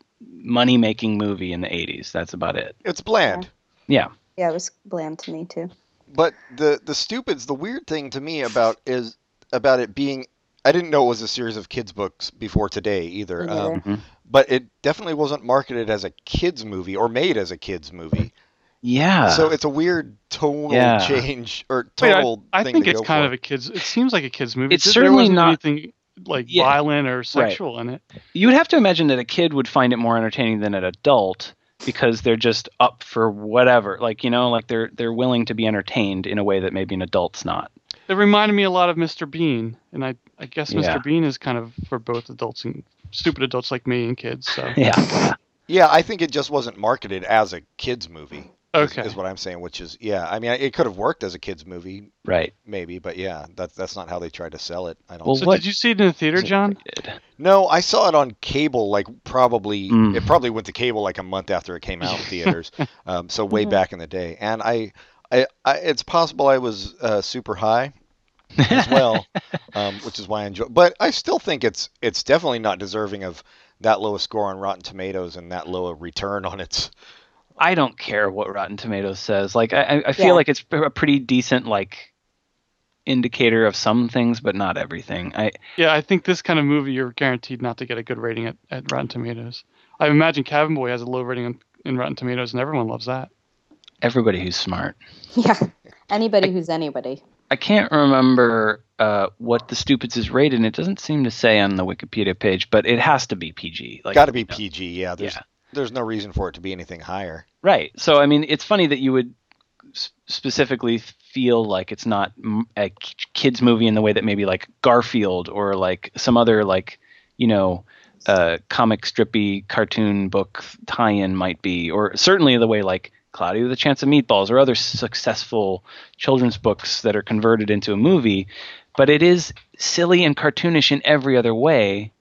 C: money making movie in the eighties. That's about it.
B: It's bland.
C: Yeah.
E: yeah, it was bland to me too.
B: But the the stupids, the weird thing to me about is about it being I didn't know it was a series of kids books before today either.
E: Me
B: Um,
E: neither.
C: Mhm.
B: but it definitely wasn't marketed as a kids movie or made as a kids movie.
C: Yeah.
B: so it's a weird tonal
C: Ah. Yeah.
B: change or
D: Wait, I-
B: tonal
D: I,
B: thing
D: think
B: to
D: it's
B: go
D: kind
B: for.
D: of a kids. It seems like a kids movie.
C: It's
D: There-
C: certainly
D: there wasn't
C: not-
D: anything like
C: Yeah.
D: violent or sexual in it.
C: you would have to imagine that a kid would find it more entertaining than an adult because they're just up for whatever like you know like they're they're willing to be entertained in a way that maybe an adult's not
D: It reminded me a lot of Mr. Bean, and I I guess Mr.
C: Yeah.
D: Bean is kind of for both adults and stupid adults like me and kids. So
C: yeah
B: Yeah, I think it just wasn't marketed as a kids movie. is-
D: okay,
B: Is what I'm saying, which is yeah. I mean, it could have worked as a kids movie
C: right
B: maybe, but yeah, that's that's not how they tried to sell it. I don't
C: Well,
B: think.
D: so
C: what-
D: did you see it in the theater, John?
B: No, I saw it on cable. Like probably,
C: Mm.
B: it probably went to cable like a month after it came out in theaters. um, so way
C: Mm-hmm.
E: Mhm.
B: back in the day, and I, I, I it's possible I was uh, super high as well, um, which is why I enjoy. But I still think it's it's definitely not deserving of that low a score on Rotten Tomatoes and that low a return on its.
C: i don't care what rotten tomatoes says like i i I feel
E: Yeah.
C: like it's a pretty decent like indicator of some things but not everything i
D: Yeah, I think this kind of movie you're guaranteed not to get a good rating at, at Rotten Tomatoes. I imagine Cabin Boy has a low rating on, in Rotten Tomatoes, and everyone loves that.
C: everybody who's smart
E: Yeah. Anybody who's anybody.
C: I can't remember uh, what the stupids is rated, and it doesn't seem to say on the Wikipedia page, but it has to be PG. Like,
B: Got to be PG. Yeah, there's
C: Yeah.
B: there's no reason for it to be anything higher.
C: Right. So I mean, it's funny that you would s- specifically feel like it's not m- a k- kids movie in the way that maybe like Garfield or like some other like you know uh, comic strippy cartoon book tie-in might be, or certainly the way like Cloudy with a Chance of Meatballs or other successful children's books that are converted into a movie. but it is silly and cartoonish in every other way.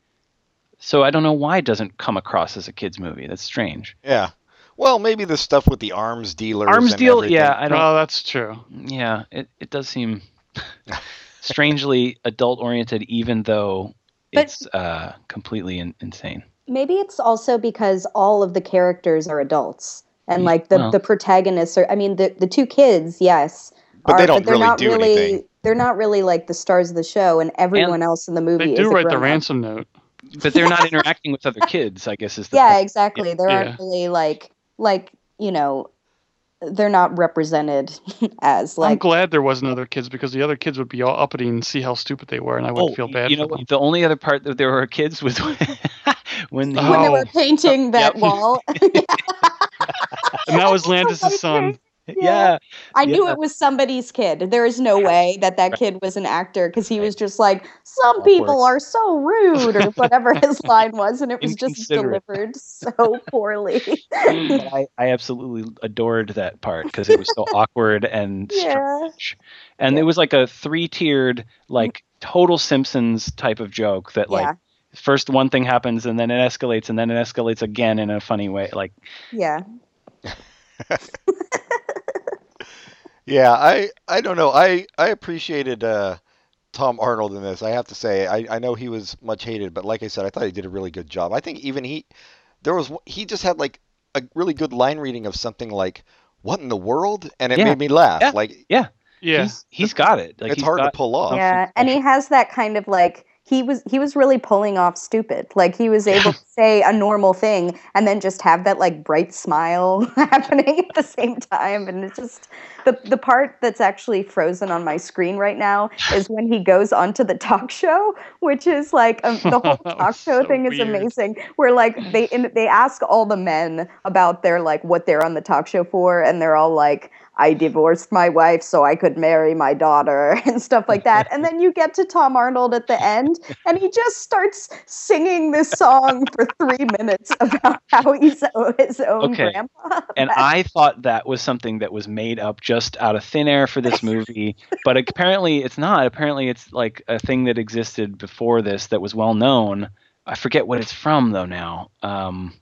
C: So I don't know why it doesn't come across as a kids movie. That's strange.
B: Yeah. Well, maybe the stuff with the arms dealers.
C: Arms
B: and
C: deal,
B: everything.
C: yeah, I don't.
D: Oh, that's true.
C: Yeah, it, it does seem strangely adult oriented, even though
E: But-
C: it's uh, completely in, insane.
E: Maybe it's also because all of the characters are adults. And like the,
C: Mm, Well.
E: the protagonists are I mean the, the two kids, yes.
B: But they
E: are,
B: don't
E: but they're
B: really
E: not
B: do
E: really
B: anything.
E: they're not really like the stars of the show and everyone else in the movie
D: They
E: is a
D: do write the
E: grown-up.
D: ransom note.
C: But they're not interacting with other kids. I guess is the
E: Yeah, exactly. There
D: Yeah.
E: aren't really like like, you know, they're not represented as
D: I'm
E: like
D: glad there wasn't other kids because the other kids would be all uppity and see how stupid they were, and I wouldn't feel
C: Oh, y-
D: bad.
C: You know,
D: for them.
C: what? the only other part that there were kids was when, when the,
E: when they were
D: Oh.
E: painting that
C: Yep.
E: wall.
D: and that was Landis' son.
C: yeah,
E: I knew
C: Yeah.
E: it was somebody's kid. There is no way that that kid was an actor because he was just like, some
C: Awkward.
E: people are so rude, or whatever his line was. And it was just
C: Inconsiderate.
E: delivered so poorly.
C: But I, I absolutely adored that part because it was so awkward and
E: yeah.
C: and it was like a three-tiered like total simpsons type of joke that like
E: Yeah.
C: first one thing happens and then it escalates and then it escalates again in a funny way like
E: Yeah.
B: Yeah, I I don't know. I I appreciated uh, Tom Arnold in this. I have to say, I I know he was much hated, but like I said, I thought he did a really good job. I think even he there was one- he just had like a really good line reading of something like "What in the world?" and it
C: Yeah.
B: made me laugh.
C: Yeah.
B: Like
D: Yeah,
C: he's he's got it like
B: it's
C: he's
B: hard
C: got,
B: to pull off.
E: Yeah, and he has that kind of like he was he was really pulling off stupid. Like he was able to say a normal thing and then just have that like bright smile happening at the same time. And it's just the the part that's actually frozen on my screen right now is when he goes onto the talk show, which is like um, the whole
D: That
E: talk
D: was
E: show
D: so
E: thing is
D: weird.
E: amazing. Where like they and they ask all the men about their like what they're on the talk show for, and they're all like. I divorced my wife so I could marry my daughter and stuff like that. And then you get to Tom Arnold at the end and he just starts singing this song for three minutes about how he's o- his own
C: Okay.
E: grandpa.
C: and I thought that was something that was made up just out of thin air for this movie, but apparently it's not. Apparently it's like a thing that existed before this that was well known. I forget what it's from though now. Um,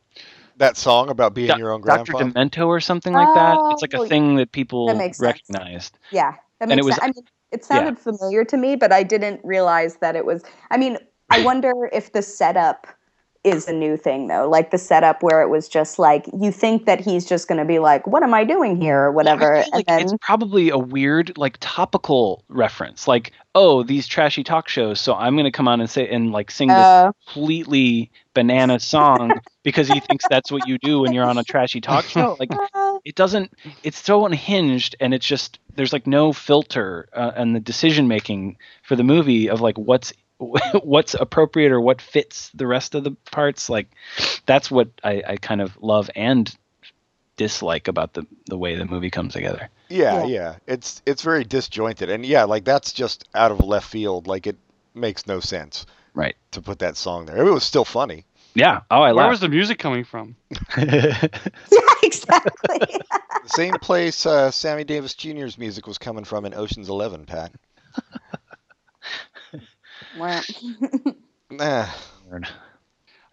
B: That song about being
C: Doc-
B: your own
C: Dr.
B: grandpa.
C: Demento or something like that. It's like
E: Oh,
C: a thing that people
E: that makes sense.
C: recognized.
E: Yeah. That
C: And it
E: makes
C: was-
E: sense. I mean, it sounded familiar to me, but I didn't realize that it was. I mean, I wonder if the setup is a new thing though like the setup where it was just like you think that he's just going to be like what am i doing here or whatever
C: I feel like
E: and
C: it's
E: then
C: probably a weird, like topical reference. Like, oh, these trashy talk shows, so I'm going to come on and say and like sing this
E: uh,
C: completely banana song because he thinks that's what you do when you're on a trashy talk show. Like,
E: uh,
C: it doesn't. It's so unhinged, and it's just there's like no filter uh, and the decision making for the movie of like what's what's appropriate or what fits the rest of the parts. Like, that's what I, I kind of love and dislike about the the way the movie comes together.
B: Yeah,
E: Yeah.
B: yeah. It's it's very disjointed, and yeah, like that's just out of left field. Like it makes no sense
C: Right.
B: to put that song there. It was still funny.
C: Yeah. Oh, I
D: where
C: love.
D: was the music coming from?
E: yeah exactly
B: The same place uh, Sammy Davis Jr.'s music was coming from in Ocean's Eleven, Pat.
E: Well,
B: Nah.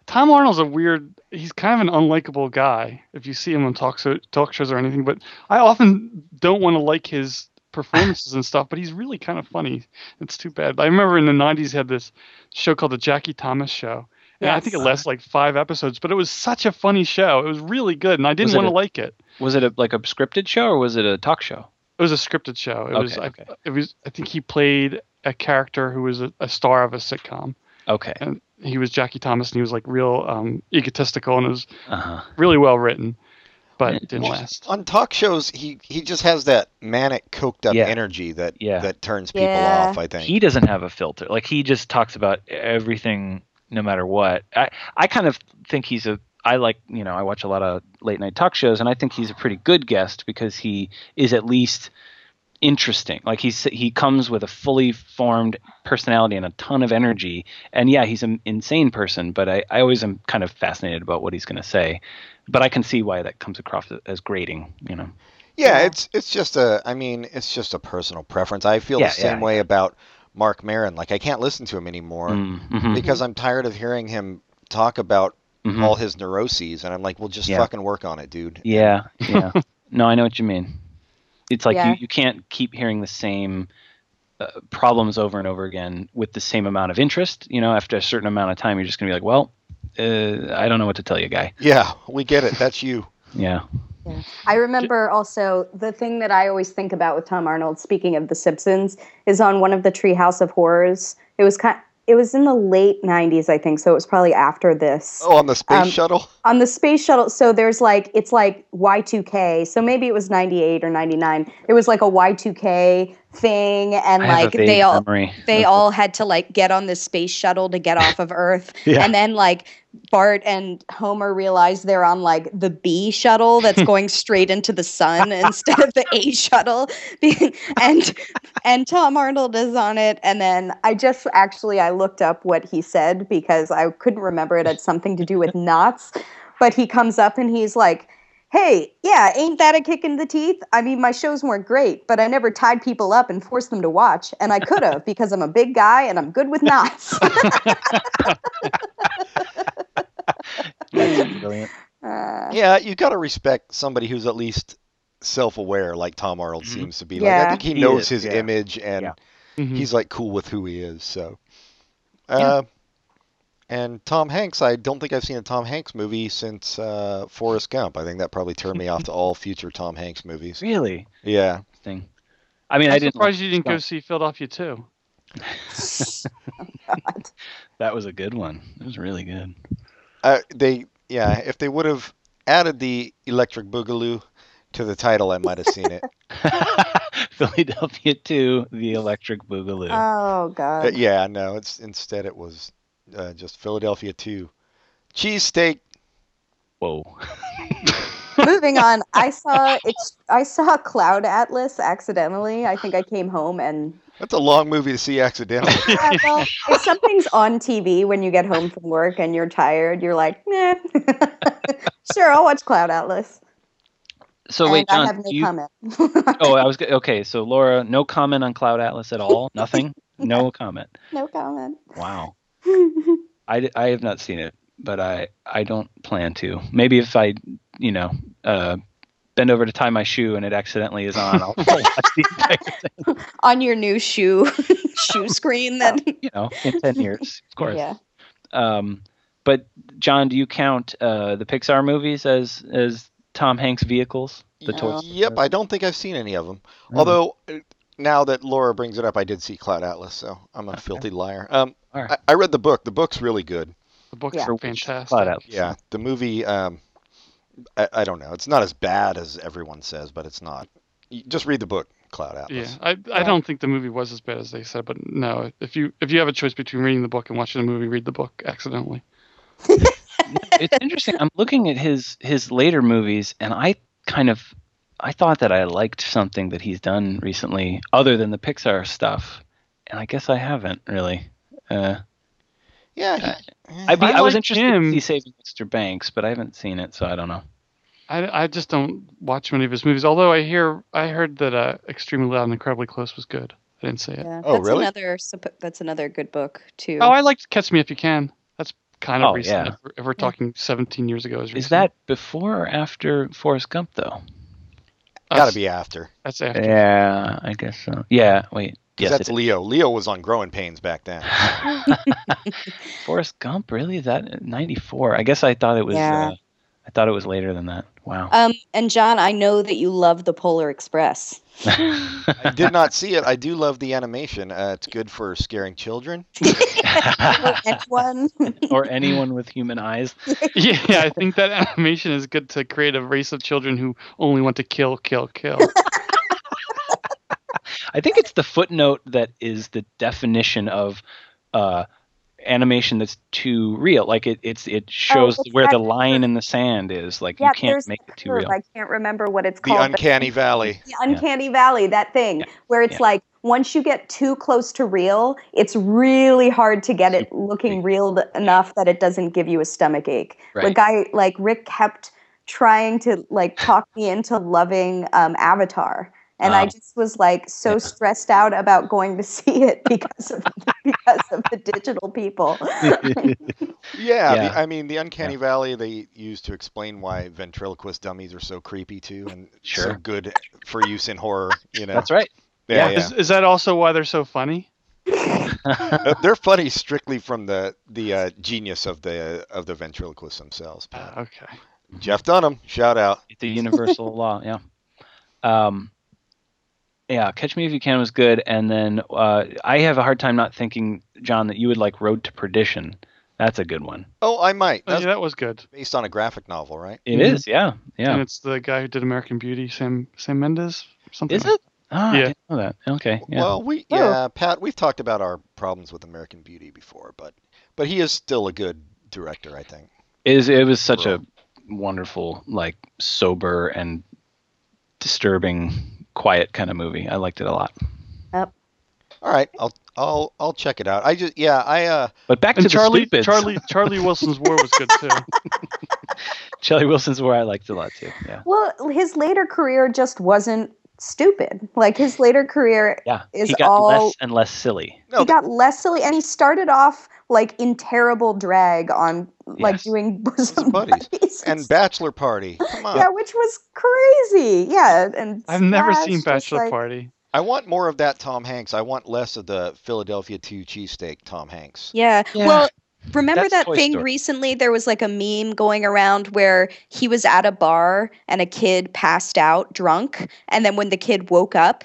D: Tom Arnold's a weird. He's kind of an unlikable guy if you see him on talk show, talk shows or anything. But I often don't want to like his performances and stuff. But he's really kind of funny. It's too bad. I remember in the '90s had this show called the Jackie Thomas Show. And I think it
E: Yes.
D: lasted like five episodes, but it was such a funny show. It was really good, and I
C: Was
D: didn't
C: it
D: want to
C: a-
D: like it.
C: was it a, like a scripted show or was it a talk show?
D: It was a scripted show. It was.
C: Okay,
D: I,
C: okay.
D: It was. I think he played a character who was a, a star of a sitcom,
C: Okay.
D: and he was Jackie Thomas, and he was like real um, egotistical, and it was
C: Uh-huh.
D: really well written, but it didn't
B: Well,
D: last.
B: On talk shows, he he just has that manic, coked up
C: Yeah.
B: energy that
C: Yeah.
B: that turns people
E: Yeah.
B: off. I think.
C: He doesn't have a filter. Like he just talks about everything, no matter what. I I kind of think he's a. I like you know I watch a lot of late night talk shows, and I think he's a pretty good guest because he is at least interesting. Like he's he comes with a fully formed personality and a ton of energy. And yeah, he's an insane person, but I, I always am kind of fascinated about what he's going to say. But I can see why that comes across as grating, you know.
B: Yeah,
E: Yeah.
B: it's it's just a I mean, it's just a personal preference. I feel
C: Yeah,
B: the same
C: yeah,
B: way about Mark Marin. Like I can't listen to him anymore
C: Mm, mhm,
B: because I'm tired of hearing him talk about
C: mhm.
B: all his neuroses, and I'm like, well, just
C: Yeah.
B: fucking work on it, dude.
C: Yeah, yeah. no, I know what you mean. It's like
E: Yeah.
C: you, you can't keep hearing the same uh, problems over and over again with the same amount of interest. You know, after a certain amount of time, you're just going to be like, well, uh, I don't know what to tell you, guy.
B: Yeah, we get it. That's you.
C: Yeah.
E: I remember also the thing that I always think about with Tom Arnold. Speaking of The Simpsons, is on one of the Treehouse of Horrors. It was kind. It was in the late '90s, I think. So it was probably after this
B: Oh, on the space
E: Um,
B: shuttle.
E: on the space shuttle. So there's like it's like Y2K. So maybe it was '98 or '99. It was like a Y2K thing, and
C: I have
E: like
C: a vague
E: they all
C: memory.
E: they all had to like get on this space shuttle to get off of Earth.
C: Yeah.
E: And then like Bart and Homer realize they're on like the B shuttle that's going straight into the sun instead of the A shuttle. and and Tom Arnold is on it. And then I just actually I looked up what he said because I couldn't remember it. It had something to do with knots. But he comes up and he's like Hey, yeah, ain't that a kick in the teeth? I mean, my shows weren't great, but I never tied people up and forced them to watch, and I could have because I'm a big guy and I'm good with knots.
B: That's brilliant.
E: Uh,
B: Yeah, you gotta respect somebody who's at least self-aware, like Tom Arnold
C: Mhm.
B: seems to be. Like I
E: Yeah.
B: think he,
C: He
B: knows
C: is,
B: his
C: yeah.
B: image, and
C: Yeah.
D: Mhm.
B: he's like cool with who he is. So, uh, and Tom Hanks, I don't think I've seen a Tom Hanks movie since uh, Forrest Gump. I think that probably turned me off to all future Tom Hanks movies.
C: Really
B: Yeah,
C: interesting. I mean, I
D: I'm
C: didn't.
D: surprised you didn't go
C: Scott.
D: see Philadelphia too.
C: That was a good one. It was really good.
B: uh, they yeah, if they would have added the Electric Boogaloo to the title, I might have seen it.
C: Philadelphia 2, The Electric Boogaloo.
E: oh
B: Uh,
E: god.
B: yeah, no, it's instead it was uh, just Philadelphia Two, cheesesteak.
C: Whoa.
E: Moving on, I saw ex- I saw Cloud Atlas accidentally. I think I came home and
B: That's a long movie to see accidentally.
E: Yeah, well, if something's on TV when you get home from work and you're tired, you're like, nah. sure, I'll watch Cloud Atlas.
C: So
E: and
C: wait, John,
E: I have no
C: do you,
E: comment.
C: oh, I was go- okay. So Laura, no comment on Cloud Atlas at all. Nothing. No comment.
E: no comment.
C: Wow. I, d- I have not seen it, but I I don't plan to. Maybe if I you know uh, bend over to tie my shoe and it accidentally is on, I'll watch the entire thing.
E: on your new shoe shoe screen that
C: You know, in ten years, of course.
E: yeah
C: Um, but John, do you count uh, the Pixar movies as as Tom Hanks vehicles? The
E: No.
C: toys.
B: Yep, I don't think I've seen any of them.
C: Oh.
B: Although uh, now that Laura brings it up, I did see Cloud Atlas, so I'm a filthy liar. Um,
C: All right.
B: I, I read the book. The book's really good.
D: The books
E: Yeah.
D: are
C: For which
D: fantastic.
C: Cloud Atlas.
B: Yeah, the movie. Um, I, I don't know. It's not as bad as everyone says, but it's not. You, just read the book, Cloud
D: Yeah,
B: Atlas.
D: I, I don't think the movie was as bad as they said, but no, if you if you have a choice between reading the book and watching the movie, read the book accidentally.
C: it's interesting. I'm looking at his his later movies, and I kind of I thought that I liked something that he's done recently, other than the Pixar stuff, and I guess I haven't really. Uh,
B: Yeah,
C: Uh,
B: he- eh,
C: I'd be, I,
D: I
C: was
D: like
C: interested to
D: him.
C: see Saving Mr. Banks, but I haven't seen it, so I don't know.
D: I, I just don't watch many of his movies. Although I hear I heard that uh, Extremely Loud and Incredibly Close was good. I didn't see it.
E: yeah
B: Oh,
E: that's
B: really?
E: another supp- that's another good book too
D: Oh, I liked Catch Me If You Can. That's kind of
C: Oh,
D: recent.
C: yeah.
D: If, we're, if we're talking 17 years ago, is,
C: Is that before or after Forrest Gump, though?
B: gotta be after.
D: That's after.
C: Yeah, Uh, I guess so. Yeah, wait.
B: 'Cause
C: Yes,
B: that's
C: it is.
B: Leo. Leo was on Growing Pains back then.
C: Forrest Gump. Really? Is that '94? I guess I thought it was.
E: Yeah.
C: Uh, I thought it was later than that. Wow.
E: um and john i know that you love the polar express
B: I did not see it. I do love the animation. Uh, it's good for scaring children.
E: and one
C: or anyone with human eyes.
D: yeah, I think that animation is good to create a race of children who only want to kill, kill, kill.
C: I think it's the footnote that is the definition of uh, animation that's too real. Like it, it's it shows
E: it's
C: where
E: that
C: the line in the sand is. Like
E: Oh, yeah
C: you can't
E: there's
C: make
E: the
C: it too
E: curve.
C: real.
E: i can't remember what it's
B: The
E: called but
B: Uncanny Valley.
E: the uncanny valley that thing
C: Yeah.
E: where it's
C: Yeah.
E: like once you get too close to real it's really hard to get it looking real th- enough that it doesn't give you a stomach ache the
C: Right.
E: guy like rick kept trying to like talk me into loving um, avatar and
C: Ah.
E: I just was like so
C: Yeah.
E: stressed out about going to see it because of because of the digital people.
B: Yeah,
C: Yeah.
B: The, I mean the uncanny valley they use to explain why ventriloquist dummies are so creepy too, and so
C: Sure.
B: good for use in horror. You know,
C: That's right.
B: Yeah,
C: yeah.
B: yeah.
D: Is, is that also why they're so funny?
B: Uh, They're funny strictly from the the uh, genius of the of the ventriloquists themselves.
D: Uh, okay.
B: Jeff Dunham, shout out.
C: It's a universal law. Yeah. Um, yeah. Catch Me If You Can was good, and then uh, I have a hard time not thinking, John, that you would like Road to Perdition. That's a good one.
B: Oh, I might.
D: Oh,
B: That's
D: yeah, that was good.
B: based on a graphic novel, right?
C: It
D: Mhm.
C: is. Yeah.
D: And
C: Yeah.
D: it's the guy who did American Beauty, Sam Sam Mendes, something.
C: Is it? Oh, I
D: Yeah.
C: didn't know that. Okay. Yeah.
B: Well, we
E: Oh.
B: yeah, Pat, we've talked about our problems with American Beauty before, but but he is still a good director, I think.
C: it, is, it was such a wonderful, like sober and disturbing, quiet kind of movie. I liked it a lot.
B: All right, I'll I'll I'll check it out. I just yeah, I uh
C: But back to
D: And Charlie
C: the stupids.
D: Charlie Charlie Wilson's War was good too.
C: Charlie Wilson's where I liked a lot too. Yeah.
E: Well, his later career just wasn't stupid. Like his later career
C: Yeah.
E: Is
C: he got
E: all-
C: less and less silly.
B: no,
E: he got less silly and he started off like in terrible drag on like
C: Yes.
E: doing bosom
B: buddies.
E: buddies,
B: and Bachelor Party. Come on.
E: yeah which was crazy yeah and
D: I've never
E: Smash,
D: seen
E: just
D: Bachelor
E: like-
D: Party.
B: I want more of that Tom Hanks. I want less of the Philadelphia 2 cheesesteak Tom Hanks.
E: yeah.
C: Yeah.
E: well remember
C: That's
E: that
C: Toy
E: thing
C: Story.
E: recently there was like a meme going around where he was at a bar and a kid passed out drunk and then when the kid woke up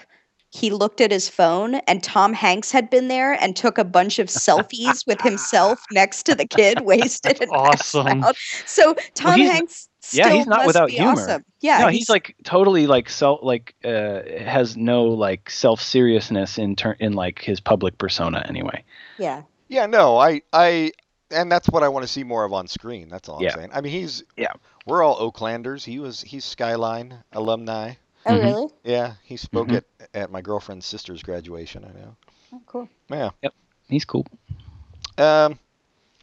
E: he looked at his phone and Tom Hanks had been there and took a bunch of selfies with himself next to the kid wasted and passed
D: Awesome.
E: out. So Tom
C: he's-
E: Hanks still
C: yeah, he's not
E: must
C: without
E: be
C: humor.
E: awesome. Yeah,
C: no, he's, like totally like self like uh has no like self seriousness in turn in like his public persona anyway.
E: yeah.
B: Yeah, no, I I and that's what I want to see more of on screen. That's all I'm
C: Yeah.
B: saying. I mean, he's
C: Yeah.
B: We're all Oaklanders. He was he's Skyline alumni.
E: Oh,
C: Mhm.
E: really?
B: Yeah, he spoke
C: Mhm.
B: at at my girlfriend's sister's graduation, I know.
E: Oh, cool.
B: Yeah.
C: He's cool.
B: Um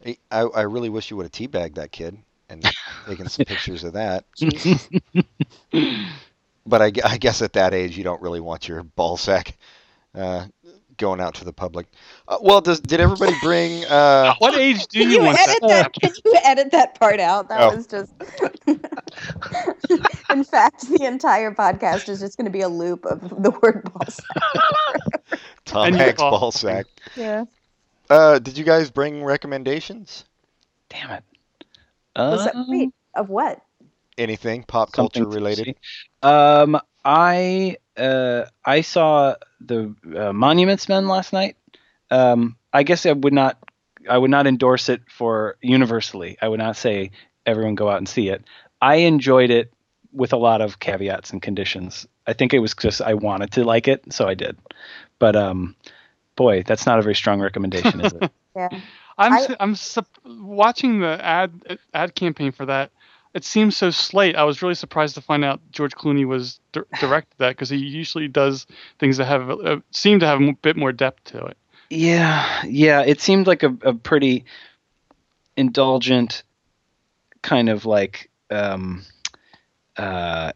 B: I I I really wish you would have teabagged that kid and taken some pictures of that. But I, gu- I guess at that age, you don't really want your ball sack uh, going out to the public. Uh, well, does, did everybody bring? Uh,
C: Oh,
D: What age do
E: Can
D: you
E: Oh, you
D: want
E: edit
D: that?
E: that? Can you edit that part out? That
B: No.
E: was just. In fact, the entire podcast is just going to be a loop of the word balls.
B: Tom
D: And you
B: Hanks
D: all-
B: ball sack.
E: Yeah.
B: Uh, did you guys bring recommendations?
C: Damn it.
E: Was that,
C: Um,
E: wait, of what?
B: Anything pop
C: something
B: culture
C: to
B: related?
C: see. Um, I uh, I saw the uh, Monuments Men last night. Um, I guess I would not I would not endorse it for universally. I would not say everyone go out and see it. I enjoyed it with a lot of caveats and conditions. I think it was just I wanted to like it, so I did. But um, boy, that's not a very strong recommendation, is it?
E: Yeah.
D: I'm
E: I-
D: s am sup- watching the ad ad campaign for that. It seems so slate. I was really surprised to find out George Clooney was dir- directed that because he usually does things that have uh, seem to have a bit more depth to it.
C: Yeah, yeah. It seemed like a, a pretty indulgent kind of like um, uh,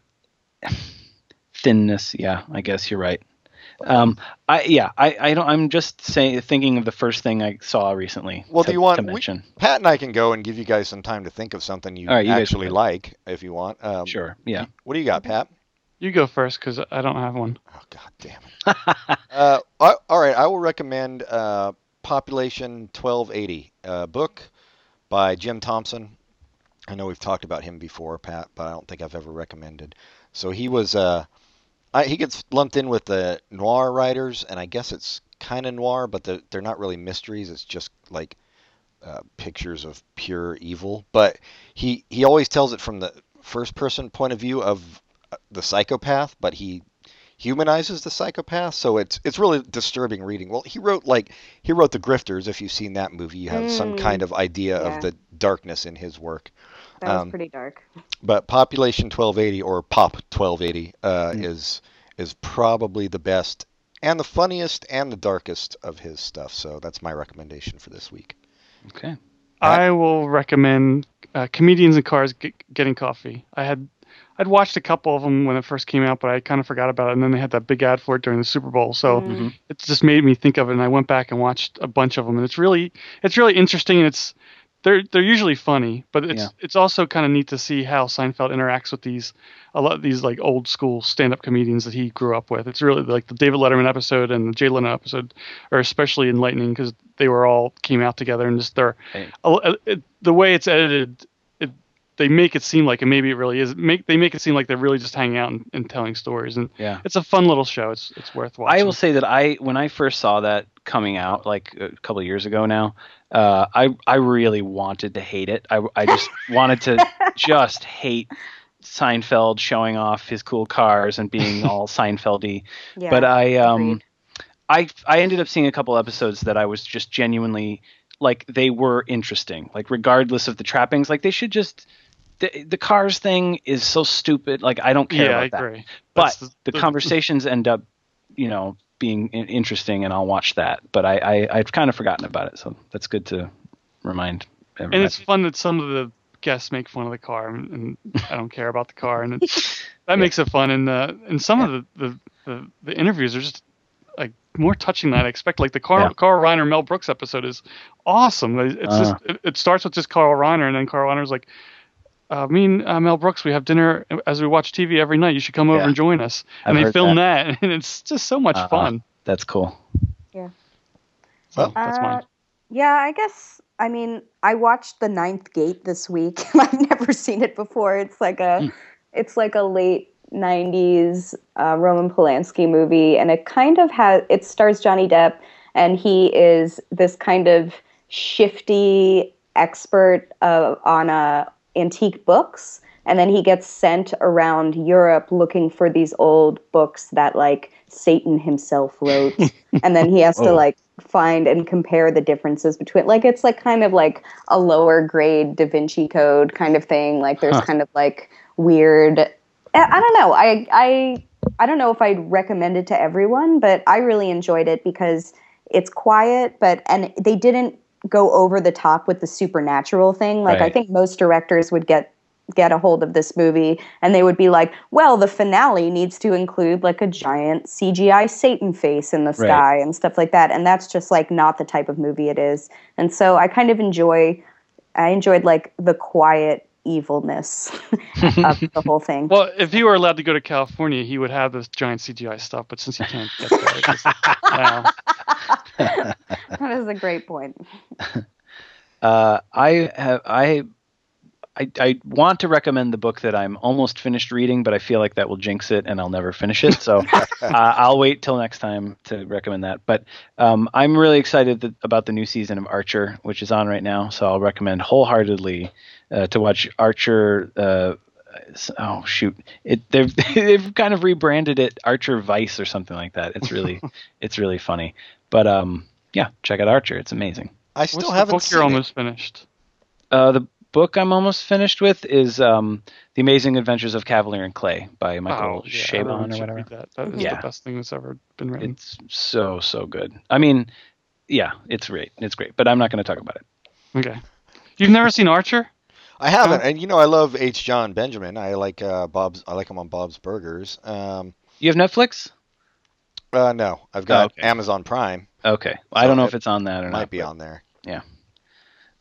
C: thinness. Yeah, I guess you're right. Um, I yeah, I, I don't. I'm just saying, thinking of the first thing I saw recently.
B: Well,
C: to-
B: do you want-
C: to
B: we- Um,
C: mention?
B: Pat and I can go and give you guys some time to think of something you,
C: All right, you guys
B: actually
C: go.
B: like, if you want. Um,
C: sure. Yeah.
B: What do you got, Pat?
D: You go first because I don't have one.
B: Oh God damn it! uh, I- all right, I will recommend uh, Population 1280, a book by Jim Thompson. I know we've talked about him before, Pat, but I don't think I've ever recommended. So he was uh, I, he gets lumped in with the noir writers, and I guess it's kind of noir, but the, they're not really mysteries. It's just like uh, pictures of pure evil. But he he always tells it from the first person point of view of uh, the psychopath, but he humanizes the psychopath, so it's it's really disturbing reading. Well, he wrote like he wrote The Grifters. If you've seen that movie, you have some
E: Mm,
B: kind of idea
E: yeah.
B: of the darkness in his work.
E: That was
B: Um,
E: pretty dark.
B: But Population 1280 or Pop 1280 uh,
C: Mm.
B: is is probably the best and the funniest and the darkest of his stuff. So that's my recommendation for this week.
C: Okay.
D: I will recommend uh, comedians in cars G- getting coffee. I had I'd watched a couple of them when it first came out, but I kind of forgot about it. And then they had that big ad for it during the Super Bowl, so
C: Mhm.
D: it just made me think of it. And I went back and watched a bunch of them, and it's really it's really interesting. And it's they're they're usually funny, but it's it's also kind of neat to see how Seinfeld interacts with these a lot of these like old school stand up comedians that he grew up with. It's really like the David Letterman episode and the Jay Leno episode are especially enlightening because they were all came out together and just they're
C: Right.
D: a- uh, it, the way it's edited. It, they make it seem like, and maybe it really is. Make they make it seem like they're really just hanging out and, and telling stories, and
C: Yeah.
D: it's a fun little show. It's it's worth watching.
C: I will say that I when I first saw that coming out like a couple of years ago now, uh, I I really wanted to hate it. I I just wanted to just hate Seinfeld showing off his cool cars and being all Seinfeldy.
E: Yeah.
C: but I um
E: agreed.
C: I I ended up seeing a couple episodes that I was just genuinely like they were interesting. Like regardless of the trappings, like they should just the, the cars thing is so stupid. Like I don't care
D: yeah,
C: about
D: I
C: that
D: agree.
C: but
D: That's
C: the, conversations end up, you know, being in- interesting, and I'll watch that. But I, I I've kind of forgotten about it, so that's good to remind. Everybody.
D: and it's fun that some of the guests make fun of the car, and, and I don't care about the car, and it, that makes it fun. And uh, and some of the, the, the, the interviews are just like more touching than I expect. Like the Carl
C: Yeah.
D: Carl Reiner Mel Brooks episode is awesome. It's
C: Uh.
D: just it, it starts with just Carl Reiner, and then Carl Reiner's like. Uh, me and uh, Mel Brooks, we have dinner as we watch TV every night. You should come over
C: Yeah.
D: and join us.
C: I've
D: And they
C: heard
D: film that. and it's just so much
C: Uh-uh.
D: fun.
C: that's cool.
D: So that's mine.
E: Uh, Yeah, I guess. I mean, I watched The Ninth Gate this week. I've never seen it before. It's like a, it's like a late '90s uh, Roman Polanski movie, and it kind of has. It stars Johnny Depp, and he is this kind of shifty expert uh, on uh, antique books, and then he gets sent around Europe looking for these old books that like Satan himself wrote, and then he has to
C: Whoa.
E: like find and compare the differences between like it's like kind of like a lower grade da vinci code kind of thing like there's
C: Huh.
E: kind of like weird I, I don't know i i i don't know if i'd recommend it to everyone but i really enjoyed it because it's quiet but and they didn't go over the top with the supernatural thing like i
C: Right.
E: think most directors would get get a hold of this movie and they would be like well the finale needs to include like a giant cgi satan face in the
C: Right.
E: sky and stuff like that and that's just like not the type of movie it is and so i kind of enjoy i enjoyed like the quiet evilness of the whole thing
D: Well, if he were allowed to go to California, he would have this giant CGI stuff. But since he can't get there, it's just like, wow.
E: that is a great point
C: Uh, I have I. I, I want to recommend the book that I'm almost finished reading, but I feel like that will jinx it, and I'll never finish it. So uh, I'll wait till next time to recommend that. But um, I'm really excited that, about the new season of Archer, which is on right now. So I'll recommend wholeheartedly uh, to watch Archer. Uh, s- oh shoot, it, they've they've kind of rebranded it Archer Vice or something like that. It's really it's really funny. But um, yeah, check out Archer. It's amazing.
B: I
D: What's
B: still
D: the
B: haven't
D: book
B: seen
D: you're
B: it.
D: almost finished?
C: Uh, the book I'm almost finished with is um, The Amazing Adventures of Cavalier and Clay by
B: Oh,
C: Michael
D: yeah, everyone
C: Chabon or
D: should
C: whatever. Mm-hmm.
D: read That, that is
C: Yeah.
D: the best thing that's ever been written.
C: It's so so good. I mean, yeah, it's great. It's great, but I'm not going to talk about it.
D: okay. You've never seen Archer?
B: I haven't, and you know I love H. John Benjamin. I like uh, Bob's. I like him on Bob's Burgers. Um,
C: You have Netflix?
B: uh, no,
D: Oh,
B: I've got
C: okay.
B: Amazon Prime.
C: Okay, I don't know
B: it
C: if it's on that or
B: It
C: not.
B: might be on there.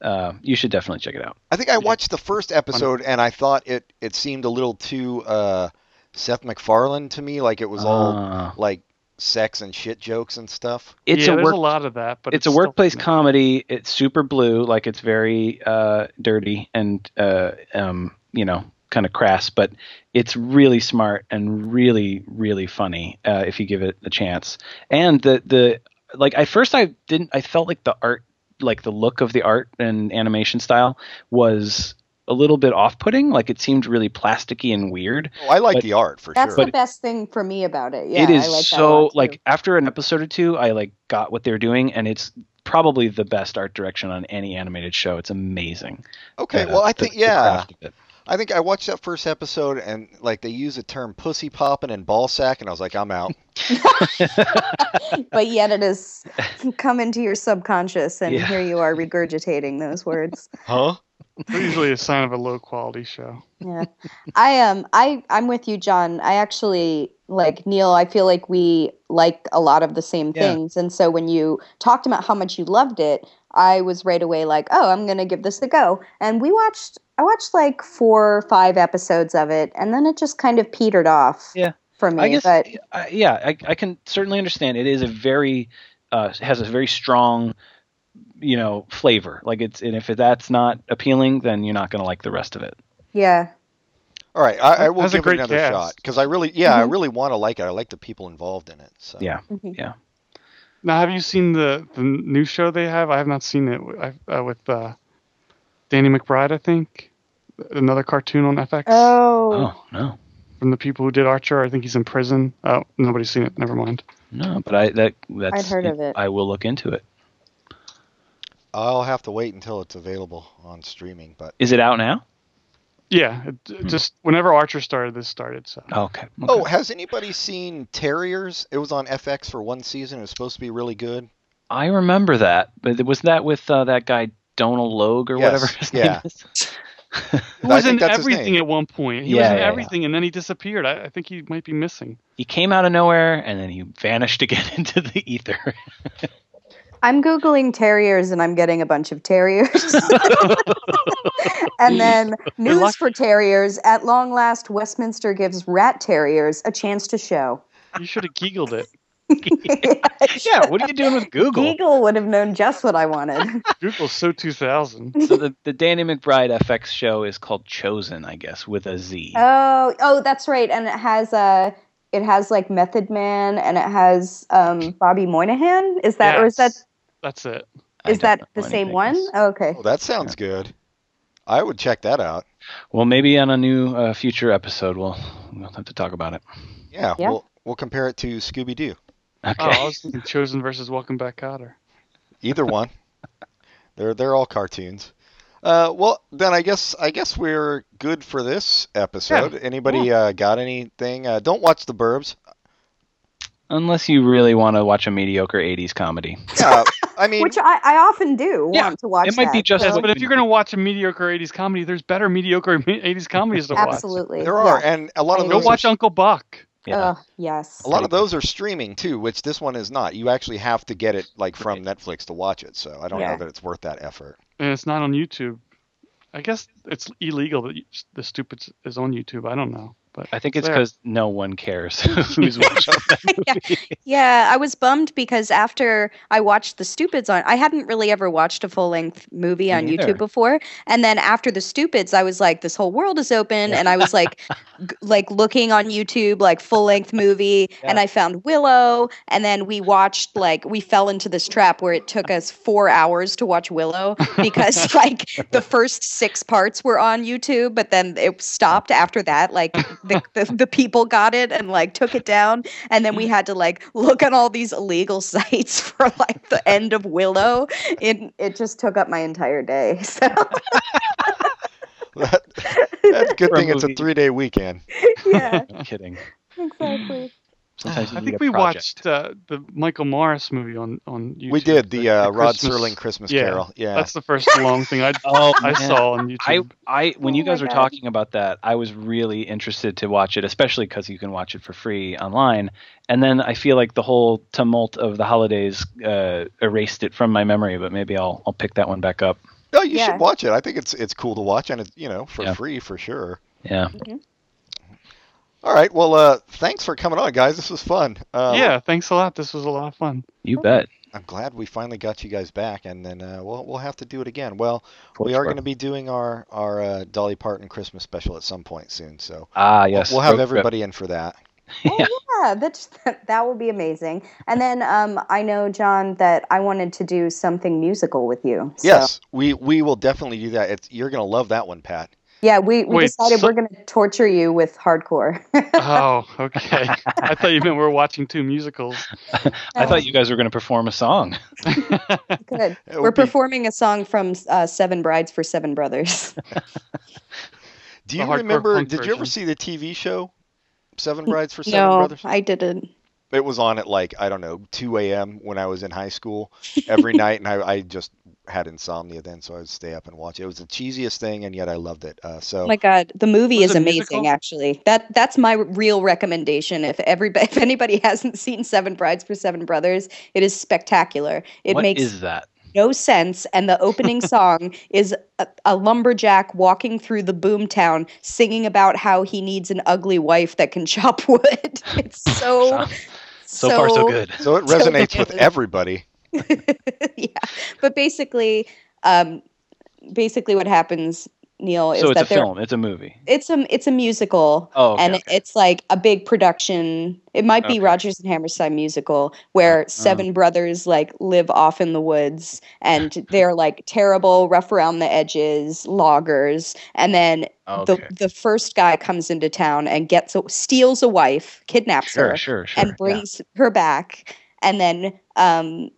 C: Uh, you should definitely check it out.
B: I think I watched the first episode and I thought it it seemed a little too uh, Seth MacFarlane to me. Like it was all
C: Uh,
B: like sex and shit jokes and stuff.
C: it's
D: yeah,
C: a
D: there's
C: work.
D: a lot of that, but
C: it's a
D: still
C: workplace
D: funny.
C: comedy. It's super blue, like it's very uh, dirty and uh, um, you know kind of crass, but it's really smart and really really funny uh, if you give it a chance. And the the like I first I didn't I felt like the art like the look of the art and animation style was a little bit off putting. Like it seemed really plasticky and weird.
B: Oh, I like
C: But-
B: the art for
E: that's
B: sure.
E: the best thing for me about it yeah
C: it is
E: I like that a
C: so
E: lot, too.
C: like after an episode or two i like got what they're doing and it's probably the best art direction on any animated show it's amazing
B: okay,
C: Uh,
B: well I
C: the-
B: think
C: the
B: yeah,
C: craft of it.
B: I think I watched that first episode and like they use the term pussy popping and ball sack, and I was like, I'm out.
E: but yet it has come into your subconscious and
C: Yeah.
E: here you are regurgitating those words
B: huh?
D: They're usually a sign of a low quality show.
E: yeah i am um, i i'm with you john i actually like neil i feel like we like a lot of the same
C: Yeah.
E: things and so when you talked about how much you loved it i was right away like oh i'm gonna give this a go and we watched i watched like four or five episodes of it and then it just kind of petered off
C: Yeah.
E: for me
C: I guess,
E: but
C: I, yeah, I, I can certainly understand. It is a very uh, has a very strong, you know, flavor. Like it's and if that's not appealing, then you're not going to like the rest of it.
E: yeah
B: All right, I, I will
D: That's a
B: give it
D: great
B: another
D: cast.
B: shot because I really, yeah, I really want to like it. I like the people involved in it. So.
C: Yeah.
D: Now, have you seen the the new show they have? I have not seen it I, uh, with uh, Danny McBride. I think another cartoon on FX
B: Uh,
E: oh,
C: Oh no,
D: from the people who did Archer. I think he's in prison. Oh, nobody's seen it. Never mind.
C: no. But I that that's
E: I'd heard of it.
C: I will look into it.
B: I'll have to wait until it's available on streaming. But
C: Is it out now?
D: Yeah, it, it just whenever Archer started, this started. So
C: Okay. okay.
B: oh, has anybody seen Terriers? It was on FX for one season. It was supposed to be really good.
C: I remember that. But was that with uh, that guy Donald Logue or
B: Yes,
C: whatever his
B: yeah.
C: name is?
D: he was
B: think
D: in
B: that's his
D: everything
B: name.
D: at one point. He
C: Yeah,
D: was in
C: yeah, yeah.
D: everything, and then he disappeared. I, I think he might be missing.
C: He came out of nowhere and then he vanished again into the ether.
E: i'm googling terriers and i'm getting a bunch of terriers and then
D: You're
E: news
D: lucky.
E: for terriers at long last westminster gives rat terriers a chance to show
D: You should have giggled it.
C: yeah. What are you doing with Google?
E: Eagle would have known just what I wanted.
D: Google's so 2000.
C: so the, the Danny McBride FX show is called Chosen, I guess, with a Z.
E: oh, oh, that's right. And it has uh, it has like Method Man, and it has um, Bobby Moynihan. Is that or is that
D: Yes, that's it?
C: I
E: is
C: don't
E: that
C: know
E: the
C: anything
E: same one?
C: else.
E: Oh, okay.
B: Oh, that sounds good. I would check that out.
C: Well, maybe on a new uh, future episode, we'll we'll have to talk about it.
B: Yeah,
E: Yeah.
B: we'll we'll compare it to Scooby Doo.
C: Okay.
D: Oh, I was thinking Chosen versus Welcome Back, Cotter.
B: Either one. they're they're all cartoons. Uh, well, then I guess I guess we're good for this episode. Anybody uh, got anything? Uh, don't watch the Burbs.
C: Unless you really want to watch a mediocre '80s comedy.
B: Yeah, Uh, I mean,
E: Which I, I often do
C: Yeah,
E: want to watch.
C: it might be
E: that,
C: just
E: so-
C: what
D: But if you're going to watch a mediocre 80s comedy, there's better mediocre 80s comedies to watch.
E: absolutely
B: there are, and a lot of
E: I
D: Go
B: those
E: agree.
B: are
D: watch Uncle Buck.
E: Yeah.
C: Yeah.
E: Ugh, yes.
B: A lot of those are streaming too, which this one is not. You actually have to get it like from Netflix to watch it, so I don't
E: Yeah.
B: know that it's worth that effort.
D: And it's not on YouTube. I guess it's illegal that you- the stupid is on YouTube. I don't know. But
C: I think it's
D: there.
C: because no one cares who's watching.
E: Yeah, I was bummed because after I watched The Stupids on, I hadn't really ever watched a full length movie on
C: neither.
E: YouTube before, and then after The Stupids, I was like, this whole world is open, and I was like, g- like looking on YouTube like full length movie, and I found Willow, and then we watched like we fell into this trap where it took us four hours to watch Willow because like the first six parts were on YouTube, but then it stopped after that. Like the, the the people got it and like took it down and
B: Mm-hmm.
E: then we had to like look on all these illegal sites for like the end of Willow. It it just took up my entire day. So
B: That, that's a good
C: For a
B: thing it's a
C: movie.
B: three-day weekend.
E: yeah,
C: I'm kidding.
E: exactly.
C: Sometimes you
D: I
C: need
D: think
C: a
D: we
C: project.
D: watched uh, the Michael Morris movie on, on YouTube.
B: We did the uh, Rod
D: Christmas-
B: Serling Christmas
D: Yeah,
B: Carol. Yeah,
D: That's the first long thing I,
C: Oh,
D: I
C: man.
D: saw on
C: I,
D: YouTube.
C: I when
E: Oh
C: you
E: my
C: guys were
E: God.
C: talking about that, I was really interested to watch it, especially because you can watch it for free online. And then I feel like the whole tumult of the holidays uh, erased it from my memory. But maybe I'll I'll pick that one back up.
B: no, you
E: Yeah.
B: should watch it. I think it's it's cool to watch, and it's you know for
C: Yeah.
B: free for sure.
C: Yeah,
B: All right, well, uh, thanks for coming on, guys. This was fun. Um,
D: yeah, thanks a lot. This was a lot of fun.
E: Oh.
C: you bet.
B: I'm glad we finally got you guys back, and then uh, we'll we'll have to do it again. Well,
C: Cool,
B: we are
C: sure.
B: going to be doing our our uh, Dolly Parton Christmas special at some point soon, so
C: Ah, yes.
B: we'll have
C: road trip.
B: everybody in for that.
C: Yeah.
E: Yeah, that's that, that will be amazing. And then um, I know John that I wanted to do something musical with you. So,
B: Yes, we we will definitely do that. It's, you're gonna love that one, Pat.
E: Yeah, we, we
D: Wait,
E: decided
D: so-
E: we're going to torture you with hardcore.
D: Oh, okay. I thought you meant we were watching two musicals.
C: I
E: Um,
C: thought you guys were going to perform a song.
E: Good.
B: It
E: We're
B: would be-
E: performing a song from uh, Seven Brides for Seven Brothers.
B: do
D: the
B: you
D: hardcore
B: remember?
D: punk
B: Did you ever
D: version.
B: see the TV show Seven Brides for Seven
E: no,
B: Brothers?
E: I didn't.
B: It was on at like I don't know 2 a.m. when I was in high school every night, and I, I just had insomnia then, so I would stay up and watch it. It was the cheesiest thing, and yet I loved it. Uh, so
E: Oh my god, the movie
D: Was
E: is
D: it
E: amazing.
D: musical?
E: Actually, that that's my real recommendation. If everybody, if anybody hasn't seen Seven Brides for Seven Brothers, it is spectacular. It
C: What
E: makes
C: is that?
E: no sense, and the opening song is a, a lumberjack walking through the boomtown singing about how he needs an ugly wife that can chop wood. It's so
C: So- so far, so good.
B: so it
E: So
B: resonates with
E: good.
B: everybody.
E: yeah, but basically, um, basically, what happens, Neil, is
C: So it's a
E: that they're
C: film. It's a movie.
E: it's a it's a musical.
C: Oh, okay,
E: and
C: okay.
E: it's like a big production. It might be
C: Okay. Oh.
E: Rogers and Hammerstein musical where seven brothers like live off in the woods and they're like terrible, rough around the edges loggers. And then
C: okay.
E: the the first guy comes into town and gets a, steals a wife, kidnaps
C: Sure,
E: her,
C: sure, sure.
E: and brings her back. And then um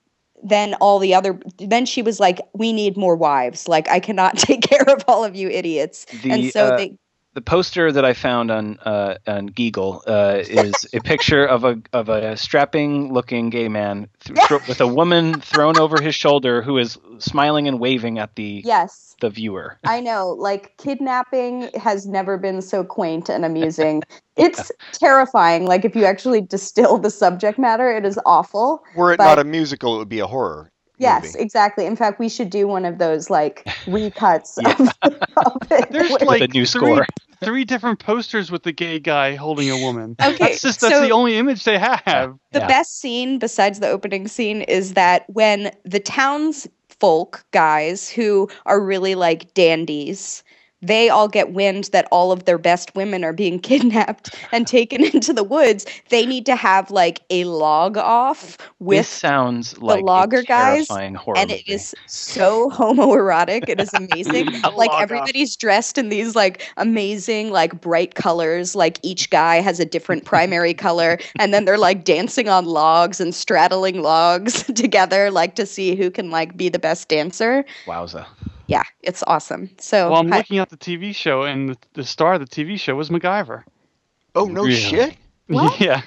E: then all the other then she was like, "We need more wives. Like I cannot take care of all of you idiots."
C: yeah. the,
E: and so
C: uh,
E: they
C: the poster that I found on uh, on Geegle uh, is a picture of a of a strapping looking gay man th- thro- with a woman thrown over his shoulder who is smiling and waving at the
E: yes.
C: the viewer.
E: I know, like kidnapping has never been so quaint and amusing. It's terrifying. Like if you actually distill the subject matter, it is awful.
B: Were it
E: But-
B: not a musical, it would be a horror.
E: Yes,
B: movie.
E: exactly. In fact, we should do one of those like recuts
C: Yeah.
E: of, of it.
D: There's
E: Wait,
D: like
C: with a new
D: three,
C: score.
D: three different posters with the gay guy holding a woman.
E: Okay,
D: that's just that's
E: so-
D: the only image they have.
E: the
C: Yeah.
E: best scene besides the opening scene is that when the townsfolk guys who are really like dandies they all get wind that all of their best women are being kidnapped and taken into the woods they need to have like a log off
C: This
E: with
C: sounds like
E: logger
C: a
E: guys,
C: terrifying horror
E: and it
C: movie.
E: is so homoerotic it is amazing
D: A
E: like
D: log off.
E: everybody's dressed in these like amazing like bright colors like each guy has a different primary color and then they're like dancing on logs and straddling logs together like to see who can like be the best dancer
C: wowza.
E: yeah it's awesome so
D: Well, I'm
E: I-
D: looking at the TV show, and the, the star of the TV show was MacGyver.
B: Oh no
C: Really?
B: shit!
E: What?
D: yeah,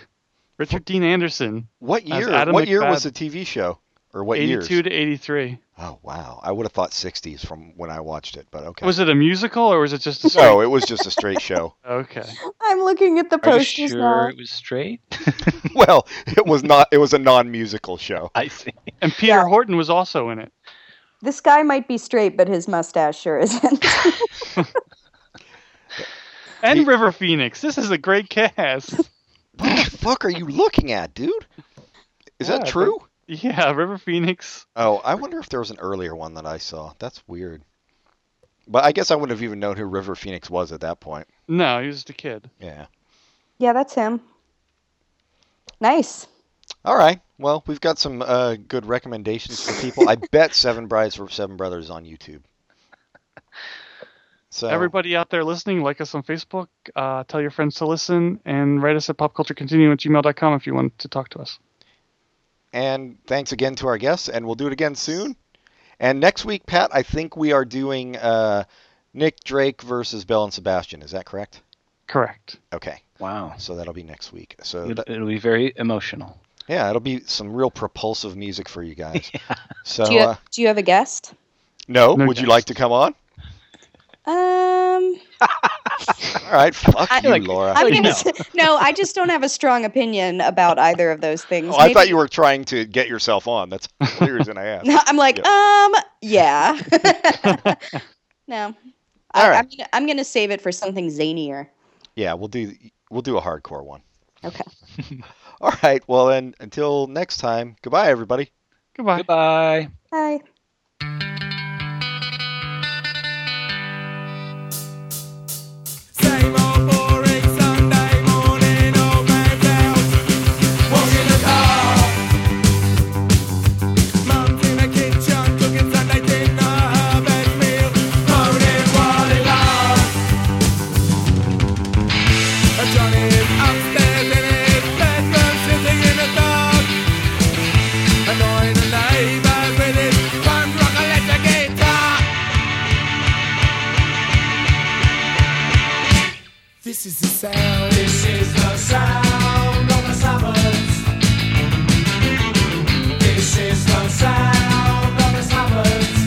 D: Richard Dean Anderson,
B: What
D: That's
B: year?
D: Adam
B: What year was
D: McFadden.
B: the TV show? Or what years?
D: eighty-two to eighty-three.
B: Oh wow! I would have thought '60s from when I watched it, but okay.
D: Was it a musical or was it just a
B: no, it was just a straight show.
D: Okay.
E: I'm looking at the
C: Are you
E: posters
C: sure
E: now
C: it was straight?
B: Well, it was not. It was a non-musical show.
C: I see.
D: And Peter
E: Yeah.
D: Horton was also in it.
E: this guy might be straight but his mustache sure isn't
D: And
B: He-
D: River Phoenix. This is a great cast.
B: What the fuck are you looking at, dude? Is
D: Yeah,
B: that
D: but-
B: true?
D: yeah, River Phoenix.
B: Oh, I wonder if there was an earlier one that I saw. That's weird. But I guess I wouldn't have even known who River Phoenix was at that point.
D: No, he was just a kid.
B: Yeah.
E: yeah that's him nice
B: All right. Well, we've got some uh, good recommendations for people. I bet Seven Brides for Seven Brothers is on YouTube. So
D: Everybody out there listening, like us on Facebook. Uh, tell your friends to listen and write us at popculturecontinuum at gmail.com if you want to talk to us.
B: And thanks again to our guests, and we'll do it again soon. And next week, Pat, I think we are doing uh, Nick Drake versus Bell and Sebastian. Is that correct?
D: Correct.
B: Okay,
C: Wow.
B: so that'll be next week. So
C: It'll,
B: that,
C: it'll be very emotional.
B: yeah, it'll be some real propulsive music for you guys. So
E: do you,
B: uh,
E: do you have a guest
B: no,
D: No
B: would you
D: guess.
B: like to come on?
E: um
B: All right, fuck
E: I-
B: you,
C: like-
B: Laura.
E: I'm
C: Like,
E: gonna
C: no.
E: say, no, I just don't have a strong opinion about either of those things.
B: Oh, I
E: Maybe-
B: thought you were trying to get yourself on. That's the only reason I asked.
E: No, I'm like,
B: Yeah.
E: um, yeah. no, I,
B: All right.
E: I'm, gonna, I'm gonna save it for something zanier.
B: Yeah, we'll do we'll do a hardcore one.
E: Okay.
B: All right. Well, then until next time. Goodbye, everybody.
D: Goodbye.
C: Goodbye.
E: Bye.
F: Same old boring Sunday morning, old man's house. Walking the car. Mum's in the kitchen cooking Sunday dinner, her best meal. Moaning while it lasts. Johnny's upstairs in his bedroom, sitting in the dark. Annoying the neighbours with his punk rock electric guitar. This is the sound. This is the sound of the suburbs. This is the sound of the suburbs.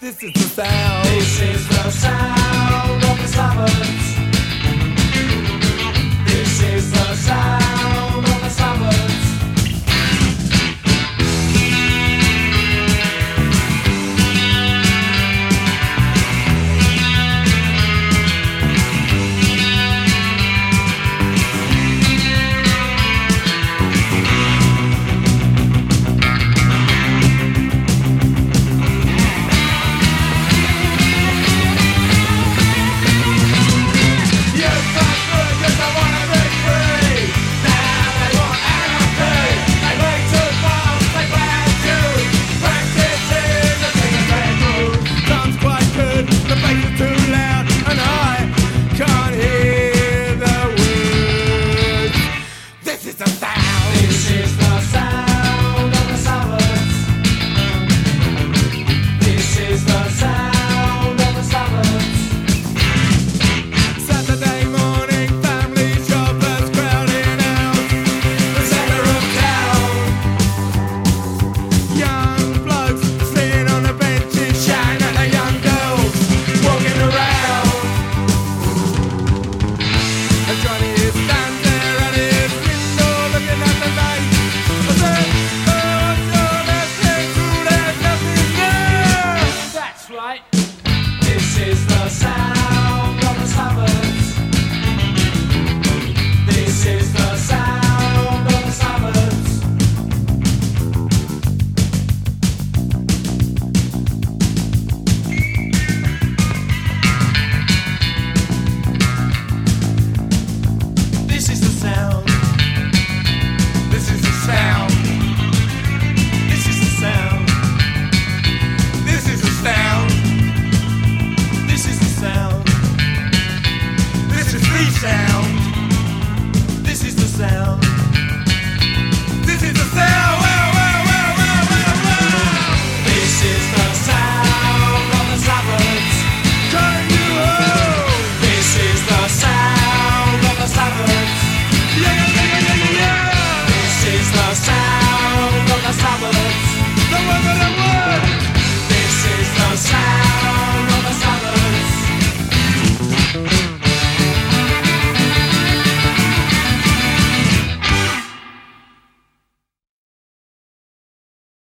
F: This is the sound. This is the sound of the suburbs. This is the sound.